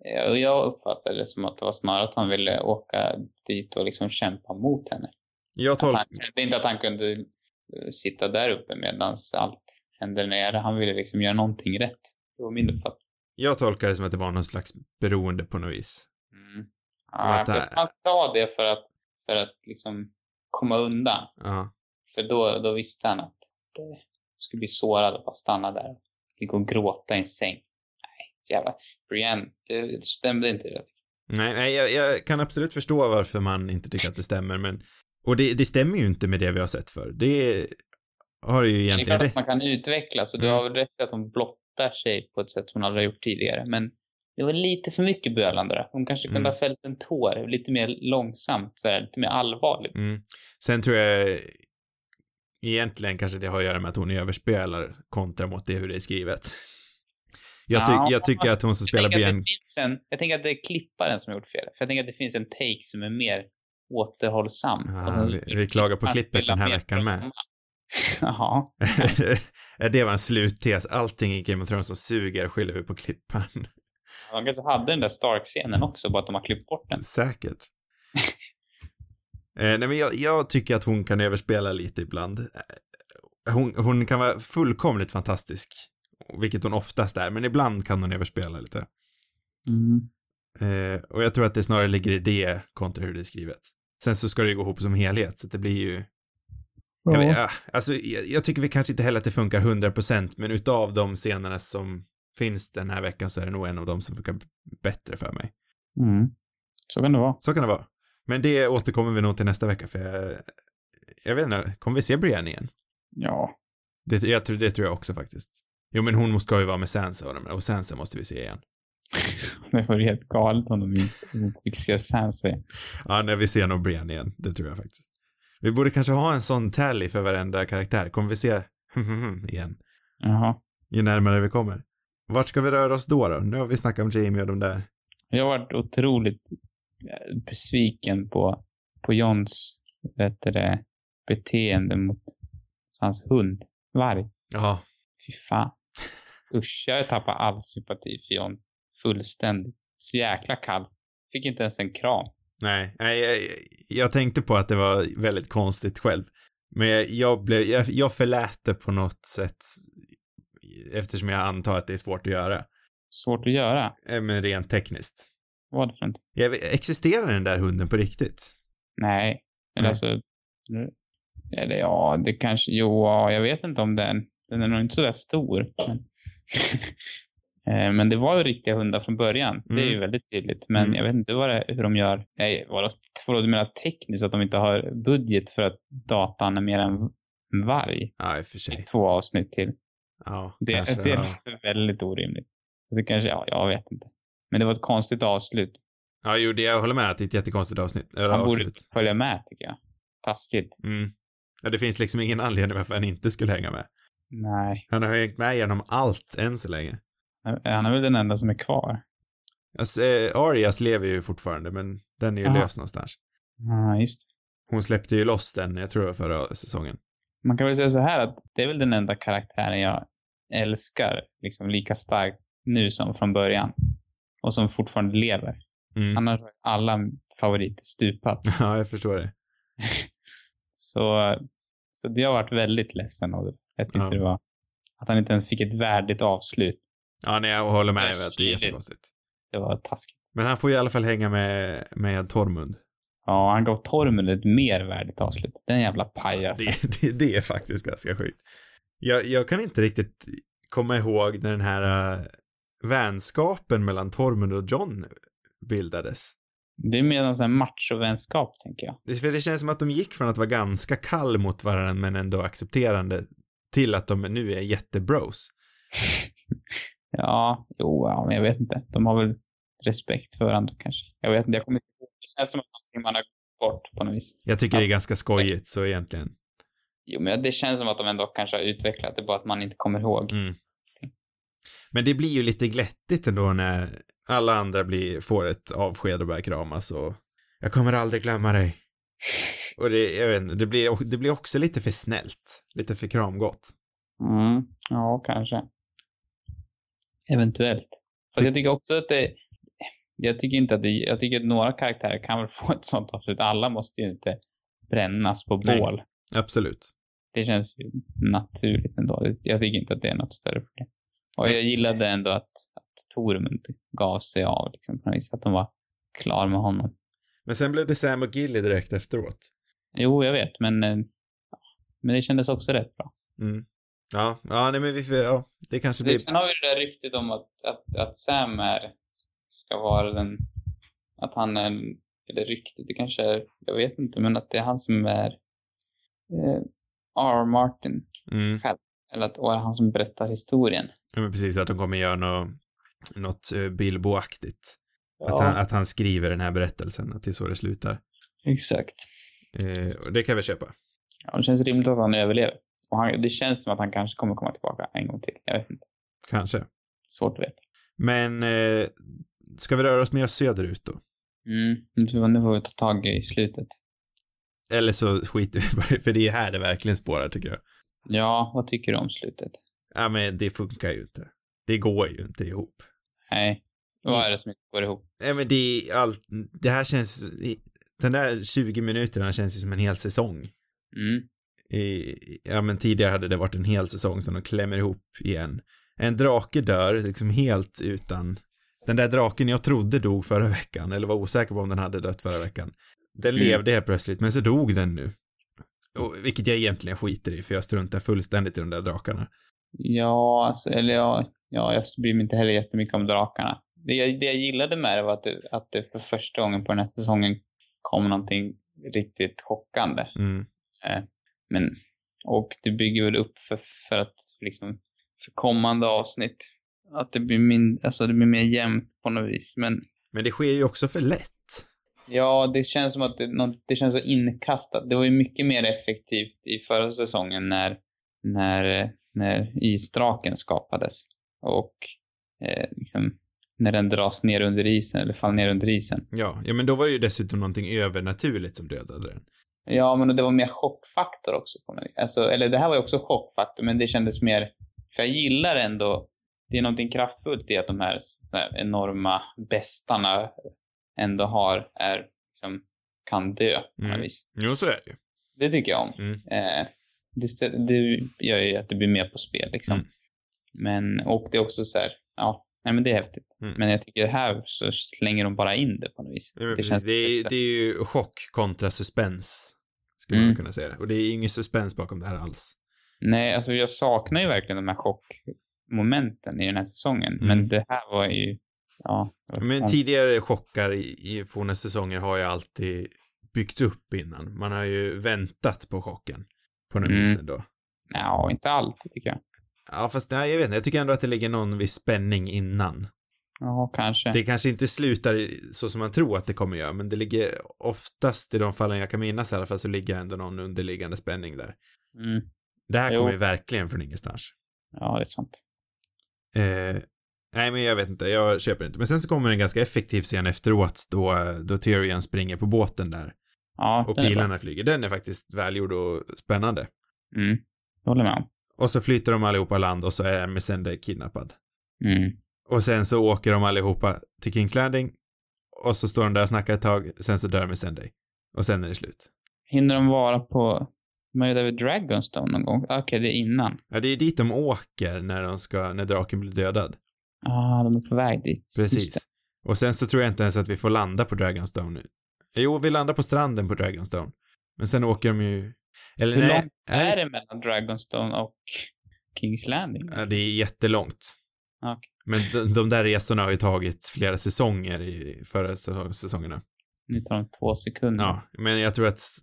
Speaker 1: jag- jag uppfattade det som att det var snarare att han ville åka dit och liksom kämpa mot henne.
Speaker 2: Jag
Speaker 1: Att
Speaker 2: tol-
Speaker 1: han, det är inte att han kunde eh, sitta där uppe medan allt hände nere. Han ville liksom göra någonting rätt. Det var min uppfattning.
Speaker 2: Jag tolkar det som att det var någon slags beroende på något vis.
Speaker 1: Mm.
Speaker 2: Som
Speaker 1: Ja,
Speaker 2: att det-
Speaker 1: fast han sa det för att, för att liksom komma undan.
Speaker 2: Ja.
Speaker 1: För då, då visste han att det skulle bli sårad och bara stanna där och det går att gråta i en säng. Nej, jävla Brienne, det stämde inte.
Speaker 2: Nej, nej jag, jag kan absolut förstå varför man inte tycker att det stämmer, men och det, det stämmer ju inte med det vi har sett för. Det har ju
Speaker 1: Men det är
Speaker 2: egentligen
Speaker 1: klart att
Speaker 2: rätt.
Speaker 1: man kan utvecklas och du
Speaker 2: Mm.
Speaker 1: har väl rätt i att hon blottar sig på ett sätt hon aldrig har gjort tidigare. Men det var lite för mycket bölande där. Hon kanske kunde
Speaker 2: Mm.
Speaker 1: ha fällt en tår lite mer långsamt, så här, lite mer allvarligt.
Speaker 2: Mm. Sen tror jag egentligen kanske det har att göra med att hon överspelar kontra mot det hur det är skrivet. Jag, ty-
Speaker 1: Ja.
Speaker 2: jag tycker att hon som spelar
Speaker 1: jag, tänker att det
Speaker 2: Brienne,
Speaker 1: finns en, jag tänker att det är klipparen som har gjort fel. För jag tänker att det finns en take som är mer återhållsam. Att
Speaker 2: ja,
Speaker 1: hon-
Speaker 2: vi, vi klagar på
Speaker 1: att
Speaker 2: klippet
Speaker 1: spela
Speaker 2: den här
Speaker 1: mer
Speaker 2: veckan med.
Speaker 1: *laughs* Jaha. Mm.
Speaker 2: *laughs* det var en sluttes. Allting i Game of Thrones som suger skyller vi på klippan.
Speaker 1: De kanske hade den där Stark-scenen också, bara att de har klippt bort den.
Speaker 2: Säkert. eh, nej, men jag, jag tycker att hon kan överspela lite ibland. Eh, Hon, hon kan vara fullkomligt fantastisk, vilket hon oftast är, men ibland kan hon överspela lite.
Speaker 1: Mm.
Speaker 2: Eh, och jag tror att det snarare ligger i det kontra hur det är skrivet. Sen så ska det ju gå ihop som helhet, så det blir ju... Jag, vet, ah, alltså, jag, jag tycker vi kanske inte heller att det funkar 100%, men utav de scenerna som finns den här veckan så är det nog en av dem som funkar b- bättre för mig.
Speaker 1: Mm. Så kan det vara.
Speaker 2: Så kan det vara. Men det återkommer vi nog till nästa vecka, för jag, jag vet inte, kommer vi se Brienne igen?
Speaker 1: Ja. *laughs*
Speaker 2: Det, jag, tror- det tror jag också faktiskt. Jo, men hon ska ju vara med Sansa och, de- och Sansa måste vi se igen.
Speaker 1: Det var ju helt galet om de inte- inte fick se Sansa.
Speaker 2: Ja, när vi ser nog Brienne igen, det tror jag faktiskt. Vi borde kanske ha en sån tally för varenda karaktär. Kommer vi se *laughs* igen,
Speaker 1: Jaha.
Speaker 2: ju närmare vi kommer. Vart ska vi röra oss då? då? Nu har vi snackat om Jamie och de där.
Speaker 1: Jag har varit otroligt eh, besviken på, på Johns vet du det, beteende mot hans hund. Varg.
Speaker 2: Ja,
Speaker 1: Fy fan. Usch, jag tappar all sympati för John. Fullständigt. Så jäkla kall. Fick inte ens en kram.
Speaker 2: nej, nej jag, jag tänkte på att det var väldigt konstigt själv. Men jag, jag, blev, jag, jag förlät det på något sätt eftersom jag antar att det är svårt att göra.
Speaker 1: Svårt att göra.
Speaker 2: Eh, Men rent tekniskt.
Speaker 1: Vad var det för något?
Speaker 2: Jag, vet- existerar den där hunden på riktigt?
Speaker 1: Nej. Eller
Speaker 2: Nej.
Speaker 1: alltså... Eller ja, det kanske... Jo, ja, jag vet inte om den... Den är nog inte så där stor. Men, *laughs* Eh, men det var ju riktiga hundar från början. Det är ju
Speaker 2: Mm.
Speaker 1: väldigt tydligt. Men
Speaker 2: Mm.
Speaker 1: jag vet inte vad det, hur de gör. Nej, vad de, förlåt, du menar tekniskt att de inte har budget för att datan är mer än en varg
Speaker 2: Ja, i och för
Speaker 1: i
Speaker 2: sig.
Speaker 1: två avsnitt till.
Speaker 2: Ja, kanske,
Speaker 1: Det, det
Speaker 2: Alltså, ja.
Speaker 1: är *laughs* väldigt orimligt. Så det kanske, ja, jag vet inte. Men det var ett konstigt avslut.
Speaker 2: Ja, jo, det, jag håller med att det är ett jättekonstigt avsnitt. Eller
Speaker 1: Han borde
Speaker 2: avslut.
Speaker 1: följa med tycker jag. Taskigt.
Speaker 2: Mm. Ja, det finns liksom ingen anledning varför han inte skulle hänga med.
Speaker 1: Nej,
Speaker 2: Han har hängt med genom allt än så länge.
Speaker 1: han är väl den enda som är kvar.
Speaker 2: Alltså, eh, Arias lever ju fortfarande, men den är ju
Speaker 1: Aha.
Speaker 2: lös någonstans.
Speaker 1: Ja, just det.
Speaker 2: Hon släppte ju loss den, jag tror det var förra säsongen.
Speaker 1: Man kan väl säga så här att det är väl den enda karaktären jag älskar liksom lika starkt nu som från början. Och som fortfarande lever.
Speaker 2: Mm.
Speaker 1: Annars har alla favoriter stupat.
Speaker 2: *laughs* Ja, jag förstår det.
Speaker 1: Så, så det har varit väldigt ledsen av det. Jag tyckte
Speaker 2: Ja.
Speaker 1: det var att han inte ens fick ett värdigt avslut.
Speaker 2: Ja, nej, jag håller med
Speaker 1: Det är
Speaker 2: dig att det är
Speaker 1: syrligt.
Speaker 2: jättekonstigt.
Speaker 1: Det var taskigt.
Speaker 2: Men han får ju i alla fall hänga med, med Tormund.
Speaker 1: Ja, han gav Tormund ett mer värdigt avslut. Den jävla pajasen.
Speaker 2: Det, *laughs* det, det är faktiskt ganska sjukt. Jag, jag kan inte riktigt komma ihåg när den här äh, vänskapen mellan Tormund och John bildades.
Speaker 1: Det är mer någon sån här machovänskap, tänker jag.
Speaker 2: Det, för det känns som att de gick från att vara ganska kall mot varandra men ändå accepterande till att de nu är jättebros.
Speaker 1: Ja, jo, ja, men jag vet inte. De har väl respekt för varandra kanske. Jag vet inte, jag kommer inte ihåg. Det känns som att någonting man har gått bort på något vis.
Speaker 2: Jag tycker det är ganska skojigt så egentligen.
Speaker 1: Jo, men det känns som att de ändå kanske har utvecklat det, bara att man inte kommer ihåg.
Speaker 2: Mm. Men det blir ju lite glättigt ändå när alla andra blir, får ett avsked och börjar kramas och jag kommer aldrig glömma dig. Och det, jag vet inte, det blir, det blir också lite för snällt. Lite för kramgott.
Speaker 1: Mm, ja, kanske. Eventuellt. Fast jag tycker också att det... Jag tycker inte att det, Jag tycker att några karaktärer kan väl få ett sånt avslut. Alla måste ju inte brännas på
Speaker 2: Nej.
Speaker 1: bål.
Speaker 2: Absolut.
Speaker 1: det känns ju naturligt ändå. Jag tycker inte att det är något större problem. Och jag gillade ändå att, att Tormund gav sig av liksom, på något vis. Att de var klar med honom.
Speaker 2: Men sen blev det Sam och Gilly direkt efteråt.
Speaker 1: Jo, jag vet, men, eh, men det kändes också rätt bra.
Speaker 2: Mm. Ja, ja, nej men vi får, ja, det kanske blir...
Speaker 1: Sen har vi det där ryktet om att, att, att Sam är, ska vara den, att han är, eller ryktet, det kanske är, jag vet inte, men att det är han som är eh, R. Martin
Speaker 2: Mm.
Speaker 1: själv. Eller att det är han som berättar historien.
Speaker 2: Ja, men precis, att de kommer göra något, något eh, Bilbo-aktigt.
Speaker 1: ja,
Speaker 2: Att, han, att han skriver den här berättelsen, att det är så det slutar.
Speaker 1: exakt.
Speaker 2: Eh, och det kan vi köpa.
Speaker 1: Ja, det känns rimligt att han överlever. Och han, det känns som att han kanske kommer komma tillbaka en gång till. Jag vet inte.
Speaker 2: Kanske.
Speaker 1: Svårt att veta.
Speaker 2: Men eh, ska vi röra oss mer söderut då?
Speaker 1: Mm. nu får- Nu får vi ta tag i slutet.
Speaker 2: Eller så skiter vi bara i- för det är här det verkligen spårar tycker jag.
Speaker 1: Ja, vad tycker du om slutet?
Speaker 2: Ja, men det funkar ju inte. Det går ju inte ihop.
Speaker 1: Nej. Vad är det som inte går ihop?
Speaker 2: Nej, men det är allt, det här känns, i- den där 20 minuterna känns ju som en hel säsong.
Speaker 1: Mm.
Speaker 2: I, ja, men tidigare hade det varit en hel säsong som de klämmer ihop igen. En drake dör liksom helt utan, den där draken jag trodde dog förra veckan, eller var osäker på om den hade dött förra veckan. Den
Speaker 1: Mm.
Speaker 2: levde helt plötsligt, men så dog den nu. Och, vilket jag egentligen skiter i, för jag struntar fullständigt i de där drakarna.
Speaker 1: Ja, alltså, eller ja, ja, jag bryr mig inte heller jättemycket om drakarna. Det jag, det jag gillade med det var att det, att det för första gången på den här säsongen kom någonting riktigt chockande.
Speaker 2: Mm.
Speaker 1: Men, och det bygger väl upp för, för att liksom, för kommande avsnitt, att det blir, min, alltså det blir mer jämnt på något vis. Men
Speaker 2: Men det sker ju också för lätt.
Speaker 1: ja, det känns som att det, nå- det känns så inkastat. Det var ju mycket mer effektivt i förra säsongen när, när, eh, när isdraken skapades. Och eh, liksom, när den dras ner under isen, eller faller ner under isen.
Speaker 2: Ja, ja men då var det ju dessutom någonting övernaturligt som dödade den.
Speaker 1: Ja, men det var mer chockfaktor också. På mig. Alltså, eller det här var ju också chockfaktor, men det kändes mer... För jag gillar ändå... Det är någonting kraftfullt i att de här, så här enorma bestarna ändå har, är, liksom, kan dö på något
Speaker 2: Mm.
Speaker 1: vis.
Speaker 2: Jo, så är det ju.
Speaker 1: Det tycker jag om.
Speaker 2: Mm.
Speaker 1: Eh, det, stä- det gör ju att det blir mer på spel liksom.
Speaker 2: Mm.
Speaker 1: Men, och det är också så här, ja, nej men det är häftigt.
Speaker 2: Mm.
Speaker 1: Men jag tycker här så slänger de bara in det på något vis.
Speaker 2: Ja, men precis. det, är, det är ju chock kontra suspens, skulle
Speaker 1: Mm.
Speaker 2: man kunna säga det. Och det är ju ingen suspens bakom det här alls.
Speaker 1: Nej, alltså jag saknar ju verkligen de här chockmomenten i den här säsongen.
Speaker 2: Mm.
Speaker 1: Men det här var ju, ja. det var
Speaker 2: Men
Speaker 1: konstigt.
Speaker 2: tidigare chockar i, i forna säsonger har ju alltid byggts upp innan. Man har ju väntat på chocken på något
Speaker 1: Mm.
Speaker 2: vis ändå.
Speaker 1: Ja, inte alltid tycker jag.
Speaker 2: Ja, fast nej, jag vet inte. Jag tycker ändå att det ligger någon viss spänning innan.
Speaker 1: Ja, kanske.
Speaker 2: Det kanske inte slutar i- så som man tror att det kommer göra, men det ligger oftast i de fallen jag kan minnas i alla fall så ligger ändå någon underliggande spänning där.
Speaker 1: Mm.
Speaker 2: Det här
Speaker 1: Jo.
Speaker 2: kommer ju verkligen från ingenstans.
Speaker 1: Ja, det är sant.
Speaker 2: Eh, nej, men jag vet inte. Jag köper inte. Men sen så kommer en ganska effektiv scen efteråt då, då Tyrion springer på båten där
Speaker 1: Ja,
Speaker 2: och
Speaker 1: den är bra.
Speaker 2: pilarna flyger. Den är faktiskt välgjord och spännande.
Speaker 1: Mm. Det håller jag med om.
Speaker 2: Och så flyter de allihopa land och så är Missende kidnappad.
Speaker 1: Mm.
Speaker 2: Och sen så åker de allihopa till King's Landing och så står de där och snackar ett tag, sen så dör Missende. Och sen är det slut.
Speaker 1: Hinner de vara på, de är ju där vid Dragonstone någon gång. Ah, Okej, det är innan.
Speaker 2: Ja, det är dit de åker när de ska, när draken blir dödad.
Speaker 1: Ah, de är på väg dit. Just
Speaker 2: Precis.
Speaker 1: det.
Speaker 2: Och sen så tror jag inte ens att vi får landa på Dragonstone nu. Jo, vi landar på stranden på Dragonstone. Men sen åker de ju... Eller
Speaker 1: Hur
Speaker 2: nej,
Speaker 1: långt
Speaker 2: nej.
Speaker 1: Är det mellan Dragonstone och Kings Landing?
Speaker 2: Ja, det är jättelångt.
Speaker 1: Ah, Okej.
Speaker 2: Men de, de där resorna har ju tagit flera säsonger i förra säsong, säsongerna.
Speaker 1: Mm. Nu tar de två sekunder.
Speaker 2: Ja, men jag tror att s-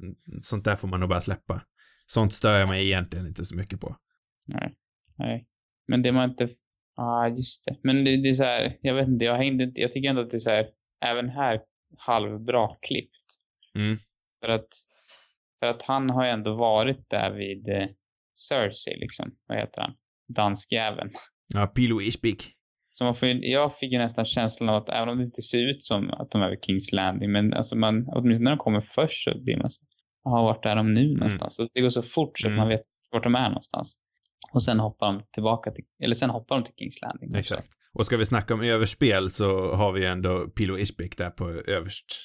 Speaker 2: sånt där får man nog bara släppa. Sånt stör jag mig egentligen inte så mycket på.
Speaker 1: Nej. Men det man inte... Ja, ah, just det. Men det, det är så här, jag vet inte, jag hängde inte, jag tycker ändå att det är så här, även här halvbra klippt.
Speaker 2: Mm.
Speaker 1: För att, för att han har ju ändå varit där vid eh, Cersei liksom, vad heter han? Danskjäveln.
Speaker 2: Ja, Pilo Ishbik.
Speaker 1: Så man får, ju- jag fick ju nästan känslan av att även om det inte ser ut som att de är vid Kings Landing, men alltså man, åtminstone när de kommer först så blir man så, jaha, vart är de nu någonstans? Alltså det går så fort så att
Speaker 2: Mm.
Speaker 1: man vet vart de är någonstans. Och sen hoppar de tillbaka till, eller sen hoppar de till Kings Landing. *laughs*
Speaker 2: Exakt. Och ska vi snacka om överspel så har vi ju ändå Pilo Ishbik där på överst,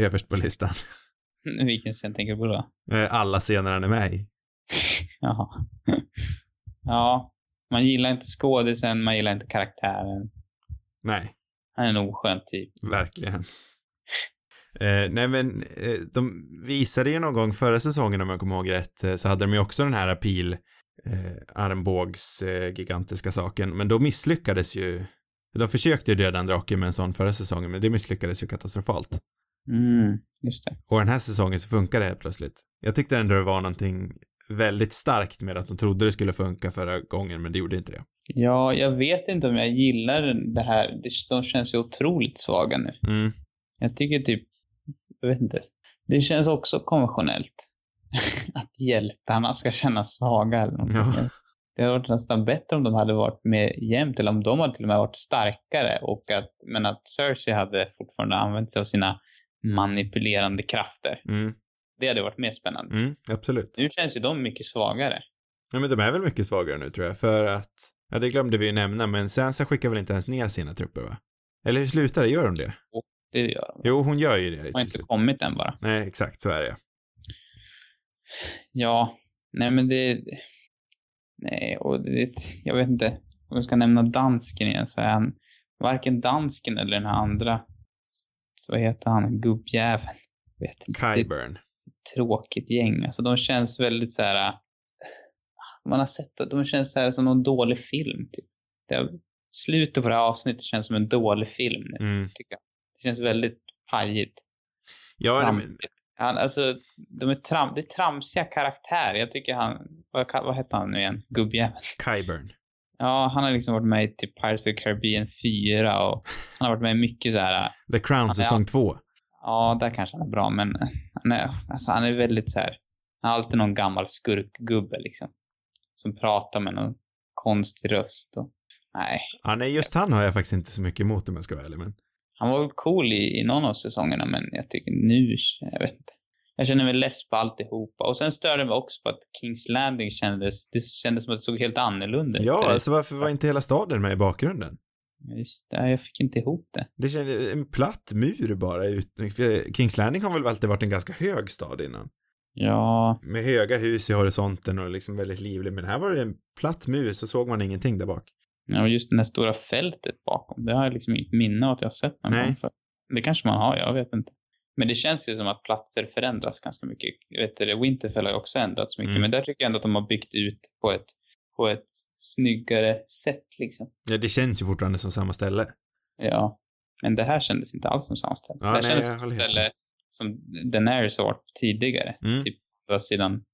Speaker 2: överst på listan. *laughs*
Speaker 1: Vilken scen tänker du på då?
Speaker 2: Eh, Alla scener han är med i.
Speaker 1: Jaha. *laughs* ja, man gillar inte skådisen, man gillar inte karaktären.
Speaker 2: Nej,
Speaker 1: Han är en oskön typ.
Speaker 2: verkligen. Eh, nej men eh, de visade ju någon gång förra säsongen om jag kommer ihåg rätt eh, så hade de ju också den här pil eh, armbågs eh, gigantiska saken. Men då misslyckades ju, de försökte ju döda en drake med en sån förra säsongen, men det misslyckades ju katastrofalt.
Speaker 1: Mm, just det.
Speaker 2: Och den här säsongen så funkar det helt plötsligt. Jag tyckte ändå det var någonting väldigt starkt med att de trodde det skulle funka förra gången, men det gjorde inte det.
Speaker 1: Ja, jag vet inte om jag gillar det här. Det- De känns ju otroligt svaga nu.
Speaker 2: Mm.
Speaker 1: Jag tycker typ, jag vet inte. Det känns också konventionellt. *laughs* Att hjältarna ska kännas svaga eller någonting.
Speaker 2: Ja.
Speaker 1: Det hade varit nästan bättre om de hade varit med jämt, eller om de hade till och med varit starkare. Och att, men att Cersei hade fortfarande använt sig av sina manipulerande krafter.
Speaker 2: Mm.
Speaker 1: Det hade varit mer spännande.
Speaker 2: Mm. Absolut.
Speaker 1: Nu känns ju de mycket svagare.
Speaker 2: Ja, men de är väl mycket svagare nu tror jag, för att, ja det glömde vi ju nämna, men Sansa skickar väl inte ens ner sina trupper va? Eller hur slutar det? Gör de det?
Speaker 1: Det gör de.
Speaker 2: Jo, hon gör ju det
Speaker 1: De har
Speaker 2: till
Speaker 1: inte
Speaker 2: slut.
Speaker 1: kommit än bara.
Speaker 2: Nej, exakt, så är det.
Speaker 1: Ja, nej men det... Nej, och det, jag vet inte. Om jag ska nämna dansken igen så är han varken dansken eller den här andra, s- vad heter han, gubbjäveln. Jag Vet inte. Det är ett
Speaker 2: Kyburn.
Speaker 1: tråkigt gäng. Alltså de känns väldigt så här. äh, Man har sett att de känns så här som någon dålig film. Typ. Det här, slutet på det här avsnittet känns som en dålig film. nu,
Speaker 2: Mm.
Speaker 1: tycker jag. Det känns väldigt pajigt
Speaker 2: Ja, nej, men,
Speaker 1: tramsigt. Han, alltså, de är tram, det är tramsiga karaktärer. Jag tycker han, vad, ka- vad hette han nu igen? Gubbjäveln.
Speaker 2: Kyburn.
Speaker 1: Ja, han har liksom varit med i typ Pirates of the Caribbean 4 och han har varit med i mycket så här.
Speaker 2: The Crown säsong två.
Speaker 1: ja, där kanske han är bra, men han är, alltså, han är väldigt så här, han har alltid någon gammal skurkgubbe liksom. Som pratar med någon konstig röst och, nej.
Speaker 2: Ja, nej, just han har jag faktiskt inte så mycket emot om jag ska vara ärlig, men
Speaker 1: Han var väl cool i, i någon av säsongerna, men jag tycker nu, jag vet inte. Jag känner mig less på alltihopa. Och sen störde jag mig också på att King's Landing kändes, det kändes som att det såg helt annorlunda ut.
Speaker 2: Ja,
Speaker 1: Eller-
Speaker 2: alltså varför var inte hela staden med i bakgrunden?
Speaker 1: Just, ja, jag fick inte ihop det.
Speaker 2: Det kändes en platt mur bara ut. för Kings Landing har väl alltid varit en ganska hög stad innan.
Speaker 1: Ja,
Speaker 2: Med höga hus i horisonten och liksom väldigt livlig. Men här var det en platt mur så såg man ingenting där bak.
Speaker 1: ja, och just det här stora fältet bakom, det har jag liksom inget minne av att jag har sett någon
Speaker 2: Nej.
Speaker 1: gång för. Det kanske man har, jag vet inte. Men det känns ju som att platser förändras ganska mycket. Jag vet det, Winterfell har ju också ändrats mycket,
Speaker 2: Mm.
Speaker 1: men där tycker jag ändå att de har byggt ut på ett, på ett snyggare sätt liksom.
Speaker 2: Ja, det känns ju fortfarande som samma ställe.
Speaker 1: Ja. Men det här kändes inte alls som samma ställe.
Speaker 2: Ja,
Speaker 1: det här
Speaker 2: nej,
Speaker 1: kändes
Speaker 2: jag
Speaker 1: som
Speaker 2: håller
Speaker 1: ett
Speaker 2: helt
Speaker 1: ställe som Daenerys har varit tidigare.
Speaker 2: Mm.
Speaker 1: Typ på andra sidan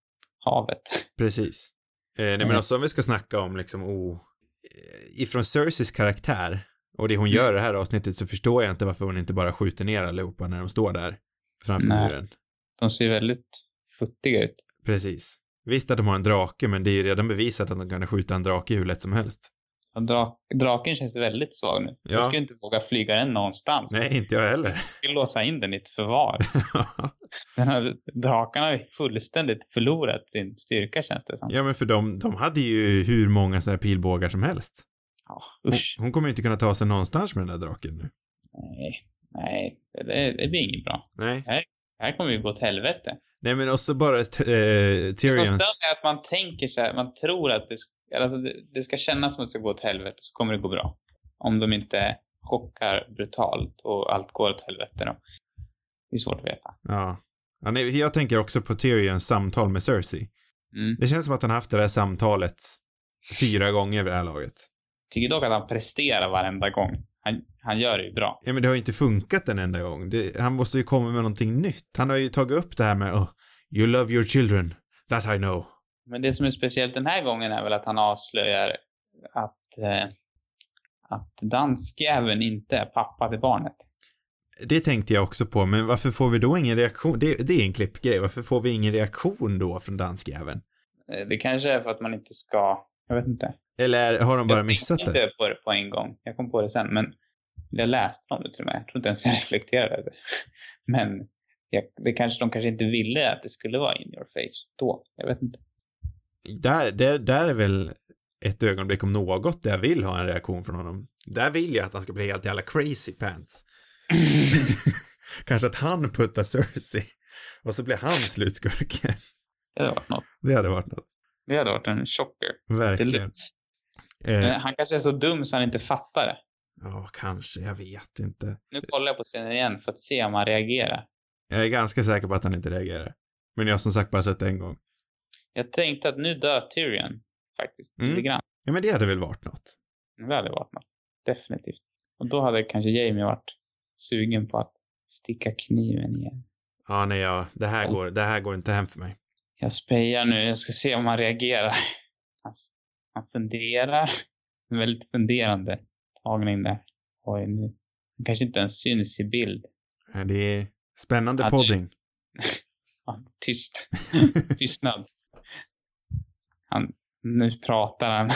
Speaker 1: havet. *laughs*
Speaker 2: Precis. Eh, nej, men
Speaker 1: Mm.
Speaker 2: också om vi ska snacka om liksom, oh, eh, ifrån Cerseis karaktär och det hon
Speaker 1: Mm.
Speaker 2: gör i det här avsnittet så förstår jag inte varför hon inte bara skjuter ner allihopa när de står där framför
Speaker 1: Nej.
Speaker 2: muren.
Speaker 1: De ser väldigt futtiga ut.
Speaker 2: Precis. Visst att de har en drake, men det är ju redan bevisat att de kan skjuta en drake hur lätt som helst.
Speaker 1: Och dra- draken känns väldigt svag nu.
Speaker 2: Ja.
Speaker 1: Jag skulle inte våga flyga den någonstans.
Speaker 2: Nej, inte jag heller. *laughs*
Speaker 1: Jag skulle låsa in den i ett förvar. Den här draken har ju fullständigt förlorat sin styrka känns det som.
Speaker 2: ja, men för de, de hade ju hur många sådana här pilbågar som helst.
Speaker 1: Ja,
Speaker 2: Hon,
Speaker 1: usch.
Speaker 2: hon kommer ju inte kunna ta sig någonstans med den där draken nu.
Speaker 1: Nej, nej. Det, det blir inget bra.
Speaker 2: Nej.
Speaker 1: Det här kommer ju gå åt helvete.
Speaker 2: Nej, men också bara t- eh,
Speaker 1: Det som
Speaker 2: Tyrions.
Speaker 1: stör mig Alltså, är att man tänker så här, man tror att det, sk- alltså det, det ska kännas som att det ska gå åt helvete, så kommer det gå bra. Om de inte chockar brutalt och allt går åt helvete då. Det är svårt att veta.
Speaker 2: Ja. ja nej, jag tänker också på Tyrions samtal med Cersei.
Speaker 1: Mm.
Speaker 2: Det känns som att han haft det där samtalet fyra gånger vid det här laget.
Speaker 1: Tycker dock att han presterar varenda gång. Han, han gör det ju bra.
Speaker 2: Ja, men det har ju inte funkat en enda gång. Det, han måste ju komma med någonting nytt. Han har ju tagit upp det här med oh, “You love your children, that I know”.
Speaker 1: Men det som är speciellt den här gången är väl att han avslöjar att, eh, att danskjäveln inte är pappa till barnet.
Speaker 2: Det tänkte jag också på, men varför får vi då ingen reaktion? Det, det är en klippgrej. Varför får vi ingen reaktion då från danskjäveln?
Speaker 1: Eh, Det kanske är för att man inte ska, jag vet inte.
Speaker 2: Eller har de bara
Speaker 1: jag
Speaker 2: missat
Speaker 1: tänkte
Speaker 2: det?
Speaker 1: inte på det på en gång. Jag kom på det sen, men jag läste om det till och med. Jag tror inte ens jag reflekterade över det. Men jag, det kanske, de kanske inte ville att det skulle vara in your face då. Jag vet inte.
Speaker 2: Där, där, där är väl ett ögonblick om något där jag vill ha en reaktion från honom. Där vill jag att han ska bli helt jävla crazy
Speaker 1: *laughs*
Speaker 2: pants. Kanske att han puttar Cersei och så blir han slutskurken.
Speaker 1: Det hade varit något.
Speaker 2: Det hade varit något.
Speaker 1: Det hade varit en chocker.
Speaker 2: Verkligen. Eh,
Speaker 1: Men Han kanske är så dum så han inte fattar det.
Speaker 2: Ja, kanske. Jag vet inte.
Speaker 1: Nu kollar jag på scenen igen för att se om han reagerar.
Speaker 2: Jag är ganska säker på att han inte reagerar. Men jag har som sagt bara sett det en gång.
Speaker 1: Jag tänkte att nu dör Tyrion. faktiskt.
Speaker 2: Mm.
Speaker 1: Lite grann.
Speaker 2: Ja, men det hade väl varit något.
Speaker 1: Det hade varit något. Definitivt. Och då hade kanske Jamie varit sugen på att sticka kniven igen.
Speaker 2: Ja, nej, ja, det här går, det här går inte hem för mig.
Speaker 1: Jag spejar nu, jag ska se om han reagerar. Han, s- han funderar. En väldigt funderande tagning där. Oj, nu. Han kanske inte ens syns i bild.
Speaker 2: Ja, Eh, Det är spännande
Speaker 1: Ja, det-
Speaker 2: podding.
Speaker 1: Ja, tyst. Tystnad. Han, nu pratar han.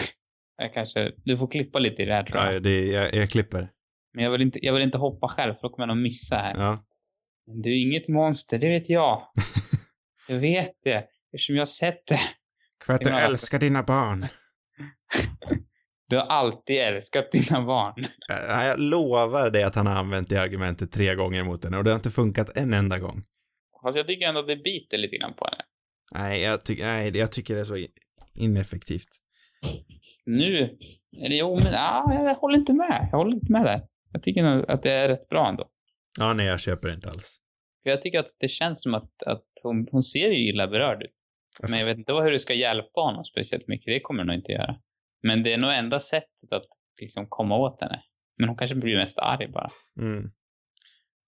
Speaker 1: Jag kanske, du får klippa lite i det här tror
Speaker 2: Ja,
Speaker 1: jag.
Speaker 2: det, jag, jag klipper.
Speaker 1: Men jag vill inte, jag vill inte hoppa själv för då kommer jag nog missa här.
Speaker 2: Ja. *laughs*
Speaker 1: Men du är inget monster, det vet jag. Jag vet det, eftersom jag har sett det.
Speaker 2: Kvart,
Speaker 1: Det är
Speaker 2: jag
Speaker 1: några-
Speaker 2: älskar dina barn.
Speaker 1: Du har alltid älskat dina barn.
Speaker 2: Ja, Eh, Jag lovar dig att han har använt det argumentet tre gånger mot henne och det har inte funkat en enda gång.
Speaker 1: Fast jag tycker ändå att det biter lite grann på henne.
Speaker 2: Nej, jag, tyck, nej, jag tycker det är så ineffektivt.
Speaker 1: Nu, eller jo, men ah, jag håller inte med. Jag håller inte med där. Jag tycker nog att det är rätt bra ändå.
Speaker 2: Ja, nej, jag köper det inte alls.
Speaker 1: För jag tycker att det känns som att, att hon, hon ser ju illa berörd ut. Men jag vet inte vad- hur du ska hjälpa honom speciellt mycket. Det kommer du nog inte göra. Men det är nog enda sättet att liksom komma åt henne. Men hon kanske blir mest arg bara.
Speaker 2: Mm.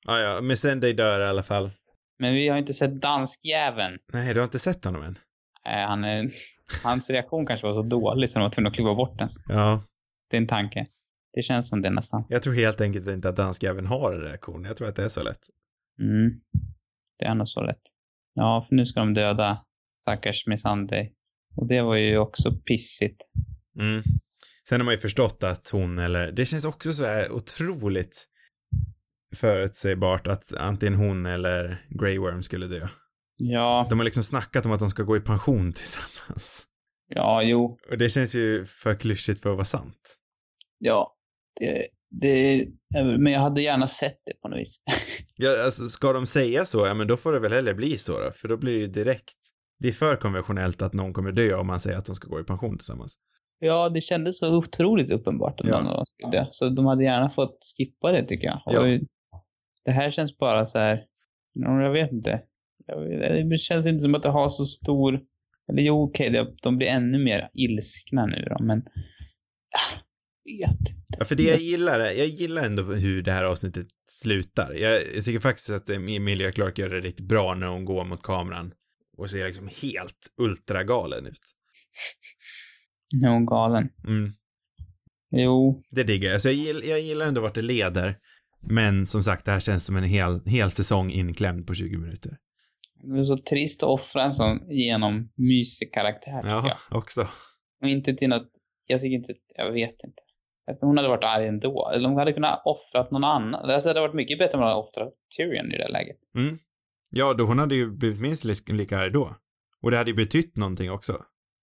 Speaker 2: Ja, ja, men sen dig dör i alla fall.
Speaker 1: Men vi har inte sett danskjäveln.
Speaker 2: Nej, du har inte sett honom än?
Speaker 1: Eh, han, är- hans reaktion kanske var så dålig så de var tvungna att kliva bort den.
Speaker 2: Ja.
Speaker 1: Det är en tanke. Det känns som det nästan.
Speaker 2: Jag tror helt enkelt inte att danskjäveln har en reaktion. Jag tror att det är så lätt.
Speaker 1: Mm. Det är nog så lätt. Ja, för nu ska de döda stackars Miss Andy. Och det var ju också pissigt.
Speaker 2: Mm. Sen har man ju förstått att hon eller, det känns också så här otroligt förutsägbart att antingen hon eller Grey Worm skulle dö.
Speaker 1: Ja,
Speaker 2: De har liksom snackat om att de ska gå i pension tillsammans. *laughs*
Speaker 1: ja, jo.
Speaker 2: Och det känns ju för klyschigt för att vara sant.
Speaker 1: Ja, det, det, men jag hade gärna sett det på något vis.
Speaker 2: Ja, alltså ska de säga så, ja men då får det väl hellre bli så då, för då blir det ju direkt. Det är för konventionellt att någon kommer dö om man säger att de ska gå i pension tillsammans.
Speaker 1: Ja, det kändes så otroligt uppenbart om
Speaker 2: Ja.
Speaker 1: någon av dem skulle dö. Så de hade gärna fått skippa det tycker jag. Och
Speaker 2: Ja.
Speaker 1: Det här känns bara så här, ja, jag vet inte. Jag vet- Det känns inte som att det har så stor, eller jo okej, det- de blir ännu mer ilskna nu då, men ah, vet.
Speaker 2: Ja, för det jag gillar, är- jag gillar ändå hur det här avsnittet slutar. Jag, jag tycker faktiskt att eh, Emilia Clark gör det riktigt bra när hon går mot kameran och ser liksom helt ultragalen ut.
Speaker 1: Nu är hon galen.
Speaker 2: Mm.
Speaker 1: Jo,
Speaker 2: Det diggar jag. Så jag, gill, jag gillar ändå vart det leder. Men som sagt, det här känns som en hel, hel säsong inklämd på 20 minuter.
Speaker 1: det är så trist att offra en sån genommysig karaktär tycker jag.
Speaker 2: Ja, också.
Speaker 1: Och inte till något, jag tycker inte, jag vet inte. Att Hon hade varit arg ändå. Eller hon hade kunnat offrat någon annan. Alltså, Det hade varit mycket bättre om hon hade offrat Tyrion i det läget.
Speaker 2: Mm. Ja, då hon hade ju blivit minst lis- lika arg då. Och det hade ju betytt någonting också.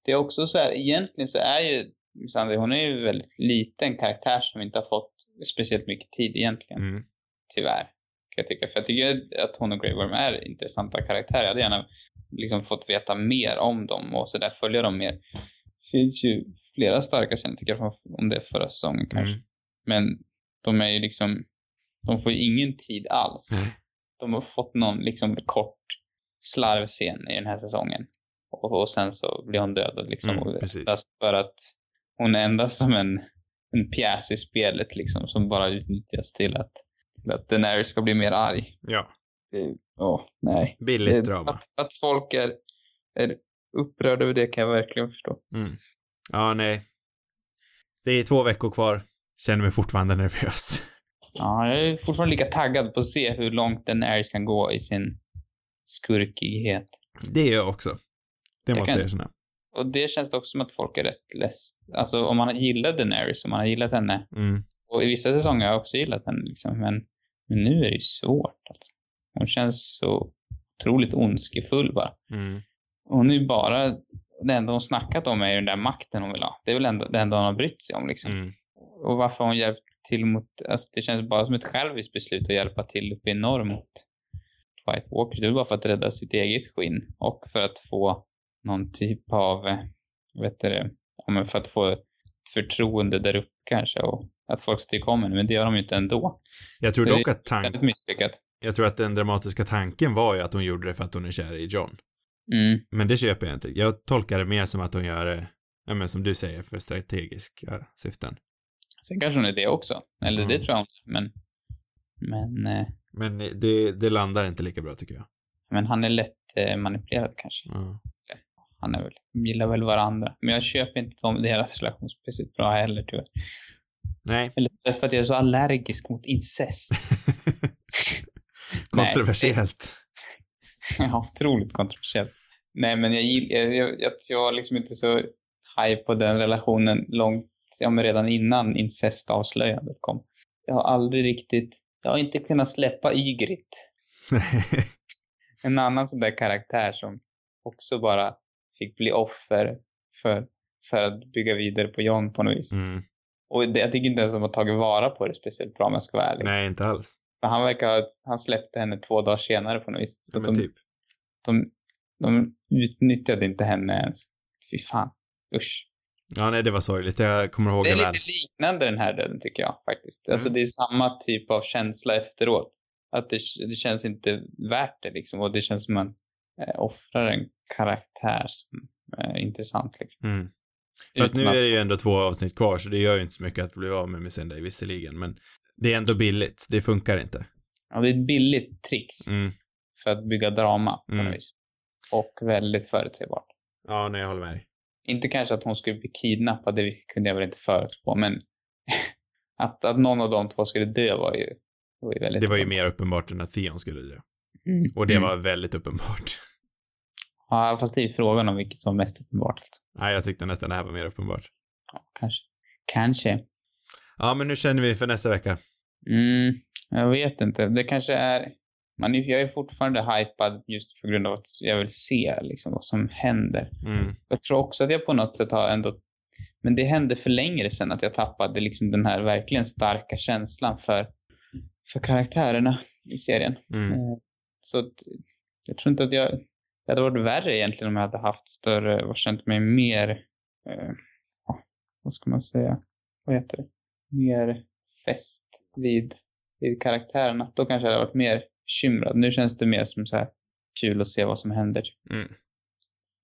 Speaker 1: Det är också så här, egentligen så är ju Sandy, hon är ju väldigt liten karaktär som inte har fått speciellt mycket tid egentligen.
Speaker 2: Mm.
Speaker 1: Tyvärr. Kan jag tycka. För jag tycker att hon och Grey Worm är intressanta karaktärer. Jag hade gärna liksom fått veta mer om dem och så där följa dem mer. Det finns ju flera starka scener tycker jag från- om det förra säsongen kanske.
Speaker 2: Mm.
Speaker 1: Men de är ju liksom, de får ju ingen tid alls.
Speaker 2: Nej.
Speaker 1: De har fått någon liksom kort slarvscen i den här säsongen. Och, och sen så blir hon dödad liksom.
Speaker 2: Mm,
Speaker 1: och
Speaker 2: precis.
Speaker 1: endast för att hon är endast som en, en pjäs i spelet liksom som bara utnyttjas till att, till att Daenerys ska bli mer arg.
Speaker 2: Ja,
Speaker 1: Åh, nej.
Speaker 2: billigt
Speaker 1: Det-
Speaker 2: drama.
Speaker 1: Att, att folk är, är upprörda över det kan jag verkligen förstå.
Speaker 2: Mm. Ja, nej. Det är två veckor kvar. Känner mig fortfarande nervös. *laughs*
Speaker 1: Ja, jag är fortfarande lika taggad på att se hur långt Daenerys kan gå i sin skurkighet.
Speaker 2: Det är jag också. Det
Speaker 1: Jag
Speaker 2: måste
Speaker 1: kan-
Speaker 2: jag erkänna.
Speaker 1: Och det känns det också som att folk är rätt less. Alltså om man gillar Daenerys, om man har gillat henne.
Speaker 2: Mm.
Speaker 1: Och i vissa säsonger har jag också gillat henne liksom. Men, men nu är det ju svårt alltså. Hon känns så otroligt ondskefull bara.
Speaker 2: Mm.
Speaker 1: Hon är ju bara, det enda hon snackat om är ju den där makten hon vill ha. Det är väl ändå, det enda hon har brytt sig om liksom.
Speaker 2: Mm.
Speaker 1: Och varför hon hjälpt till mot, alltså det känns bara som ett själviskt beslut att hjälpa till uppe i norr mot White Walkers. Det är bara för att rädda sitt eget skinn och för att få någon typ av, eh, vet du det, ja, men för att få ett förtroende där uppe kanske och att folk ska tycka om henne, men det gör de ju inte ändå.
Speaker 2: Jag tror
Speaker 1: Så
Speaker 2: dock att tank...
Speaker 1: Väldigt misslyckat.
Speaker 2: Jag tror att den dramatiska tanken var ju att hon gjorde det för att hon är kär i John.
Speaker 1: Mm.
Speaker 2: Men det köper jag inte. Jag tolkar det mer som att hon gör det ja, men som du säger, för strategiska syften.
Speaker 1: Sen kanske hon är det också. Eller
Speaker 2: Mm.
Speaker 1: det tror jag hon är. Men, men, eh,
Speaker 2: Men det, det landar inte lika bra tycker jag.
Speaker 1: men han är lätt eh, manipulerad kanske.
Speaker 2: Ja.
Speaker 1: Han är väl, gillar väl varandra. Men jag köper inte de, deras relation speciellt bra heller tyvärr.
Speaker 2: Nej,
Speaker 1: Eller så är det för att jag är så allergisk mot incest. *laughs* Nej, *laughs*
Speaker 2: kontroversiellt.
Speaker 1: Ja, otroligt kontroversiellt. Nej, men jag, gill- jag, jag, jag, jag var liksom inte så high på den relationen långt, ja men redan innan incestavslöjandet kom. Jag har aldrig riktigt, jag har inte kunnat släppa Ygritt. En annan sån där karaktär som också bara fick bli offer för, för att bygga vidare på John på något vis.
Speaker 2: mm.
Speaker 1: Och det, jag tycker inte ens att de har tagit vara på det speciellt bra om jag ska vara ärlig.
Speaker 2: Nej, inte alls.
Speaker 1: För han verkar ha, han släppte henne två dagar senare på något vis. Så
Speaker 2: Ja,
Speaker 1: att
Speaker 2: men
Speaker 1: de-
Speaker 2: typ.
Speaker 1: de, de utnyttjade inte henne ens. Fy fan. Usch.
Speaker 2: Ja, nej, det var sorgligt. Jag kommer ihåg
Speaker 1: Det
Speaker 2: det,
Speaker 1: är
Speaker 2: väl.
Speaker 1: lite liknande den här döden tycker jag faktiskt. Alltså
Speaker 2: Mm.
Speaker 1: det är samma typ av känsla efteråt. Att det, det känns inte värt det liksom. Och det känns som man eh, offrar en karaktär som är intressant liksom.
Speaker 2: Mm. Fast
Speaker 1: Utan
Speaker 2: nu
Speaker 1: att-
Speaker 2: är det ju ändå två avsnitt kvar, så det gör ju inte så mycket att bli av med Missenda visserligen, men det är ändå billigt. Det funkar inte.
Speaker 1: ja, det är ett billigt trix
Speaker 2: Mm.
Speaker 1: för att bygga drama på
Speaker 2: Mm.
Speaker 1: något vis. Och väldigt förutsägbart.
Speaker 2: Ja, nej, jag håller med dig.
Speaker 1: inte kanske att hon skulle bli kidnappad, det kunde jag väl inte förutspå, men *laughs* att, att någon av de två skulle dö var ju, det var ju väldigt...
Speaker 2: Det var ju mer uppenbart än att Theon skulle dö.
Speaker 1: Mm.
Speaker 2: Och det
Speaker 1: Mm.
Speaker 2: var väldigt uppenbart.
Speaker 1: Ja, fast det är ju frågan om vilket som var mest uppenbart. Alltså.
Speaker 2: Nej, jag tyckte nästan det här var mer uppenbart.
Speaker 1: Ja, kanske. Kanske.
Speaker 2: Ja, men nu känner vi för nästa vecka.
Speaker 1: Mm, jag vet inte. Det kanske är... Man är, jag är fortfarande hypad just på grund av att jag vill se liksom, vad som händer.
Speaker 2: Mm.
Speaker 1: Jag tror också att jag på något sätt har ändå... Men det hände för länge sedan att jag tappade liksom den här verkligen starka känslan för, för karaktärerna i serien.
Speaker 2: Mm.
Speaker 1: Eh, Så att, jag tror inte att jag... Det hade varit värre egentligen om jag hade haft större och känt mig mer... Eh, ja, vad ska man säga? Vad heter det? Mer fäst vid, vid karaktärerna. Då kanske jag hade varit mer bekymrad. Nu känns det mer som så här kul att se vad som händer. typ.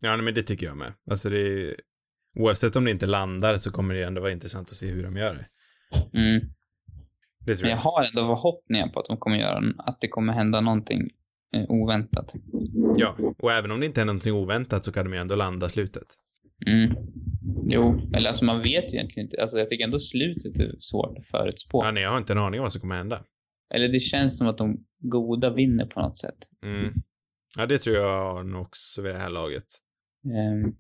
Speaker 2: Ja, nej, men det tycker jag med. Alltså det är... Oavsett om det inte landar så kommer det ändå vara intressant att se hur de gör det.
Speaker 1: Mm.
Speaker 2: Det tror
Speaker 1: Men jag
Speaker 2: jag.
Speaker 1: har ändå förhoppningar på att de kommer göra, att det kommer hända någonting eh, oväntat.
Speaker 2: Ja, och även om det inte är någonting oväntat så kan de ju ändå landa slutet.
Speaker 1: Mm. Jo, eller alltså man vet ju egentligen inte. Alltså jag tycker ändå slutet är svårt att förutspå.
Speaker 2: Ja, nej, jag har inte en aning om vad som kommer hända.
Speaker 1: Eller det känns som att de goda vinner på något sätt.
Speaker 2: Mm. Ja, det tror jag nog också vid det här laget.
Speaker 1: Ehm.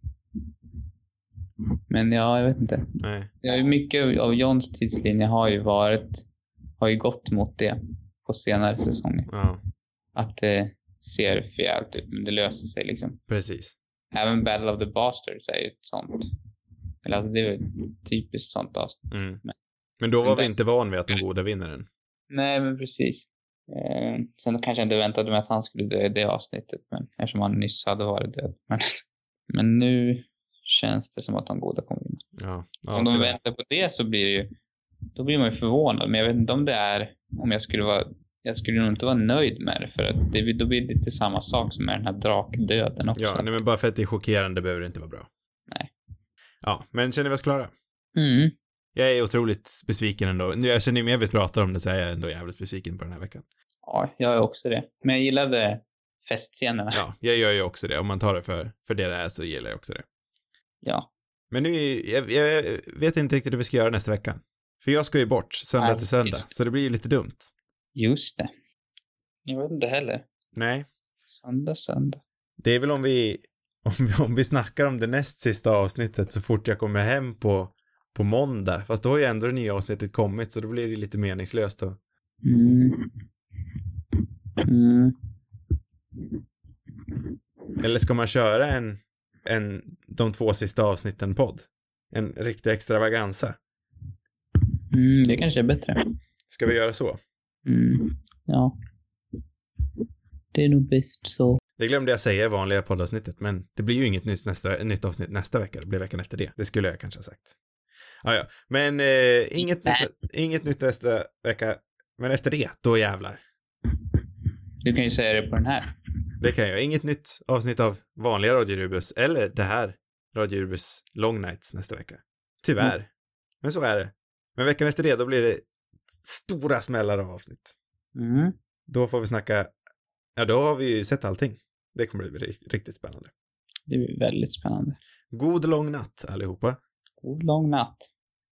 Speaker 1: Men ja, jag vet inte.
Speaker 2: Nej.
Speaker 1: Det är ju mycket av Johns tidslinje har ju varit, har ju gått mot det på senare säsonger.
Speaker 2: Ja,
Speaker 1: Att eh, det ser förjävligt ut, men det löser sig liksom.
Speaker 2: precis.
Speaker 1: Även Battle of the Bastards är ju ett sånt. Eller alltså det är väl ett typiskt sånt avsnitt.
Speaker 2: Mm.
Speaker 1: Men,
Speaker 2: Men då var
Speaker 1: Men
Speaker 2: vi
Speaker 1: där-
Speaker 2: inte van vid att de goda vinner den.
Speaker 1: nej, men precis. Ehm, sen kanske jag inte väntade mig att han skulle dö i det avsnittet, men eftersom han nyss hade varit död. Men, *laughs* men nu känns det som att de goda kommer vinna.
Speaker 2: Ja, ja
Speaker 1: om de
Speaker 2: tyvärr.
Speaker 1: vänder på det så blir det ju, då blir man ju förvånad. Men jag vet inte om det är, om jag skulle vara, jag skulle nog inte vara nöjd med det för att det, då blir det lite samma sak som med den här drakdöden också.
Speaker 2: ja nej, men bara för att det är chockerande behöver det inte vara bra.
Speaker 1: Nej.
Speaker 2: Ja, men känner vi oss klara?
Speaker 1: mm.
Speaker 2: Jag är otroligt besviken ändå. Nu, jag känner ju mer vi pratar om det så är jag ändå jävligt besviken på den här veckan.
Speaker 1: ja, jag är också det. Men jag gillade festscenerna.
Speaker 2: Ja,
Speaker 1: *laughs*
Speaker 2: jag gör ju också det. Om man tar det för, för det det är så gillar jag också det.
Speaker 1: Ja.
Speaker 2: Men nu, är- jag, jag vet inte riktigt hur vi ska göra nästa vecka. För jag ska ju bort söndag
Speaker 1: Nej,
Speaker 2: till söndag,
Speaker 1: just
Speaker 2: så det blir ju lite dumt.
Speaker 1: Just det. Jag vet inte heller.
Speaker 2: Nej,
Speaker 1: Söndag, söndag.
Speaker 2: Det är väl om vi, *laughs* om vi, om vi snackar om det näst sista avsnittet så fort jag kommer hem på, på måndag. Fast då har ju ändå det nya avsnittet kommit så då blir det lite meningslöst då.
Speaker 1: Mm. Mm.
Speaker 2: Eller ska man köra en, en de två sista avsnitten podd? En riktig extravaganza?
Speaker 1: Mm, det kanske är bättre.
Speaker 2: Ska vi göra så?
Speaker 1: Mm. Ja. Det är nog bäst så.
Speaker 2: Det glömde jag säga i vanliga poddavsnittet, men det blir ju inget nytt, nästa, nytt avsnitt nästa vecka. Det blir veckan efter det. Det skulle jag kanske ha sagt. Ah, ja. men eh, inget, nytt, inget nytt nästa vecka. Men efter det, då jävlar.
Speaker 1: Du kan ju säga det på den här.
Speaker 2: Det kan jag. Inget nytt avsnitt av vanliga Radio Rubus eller det här Radio Urbys Long Nights nästa vecka. Tyvärr. Men så är det. Men veckan efter det, då blir det stora smällar av avsnitt.
Speaker 1: Mm.
Speaker 2: Då får vi snacka, ja då har vi ju sett allting. Det kommer bli ri- riktigt spännande.
Speaker 1: Det blir väldigt spännande.
Speaker 2: God lång natt allihopa.
Speaker 1: God lång natt.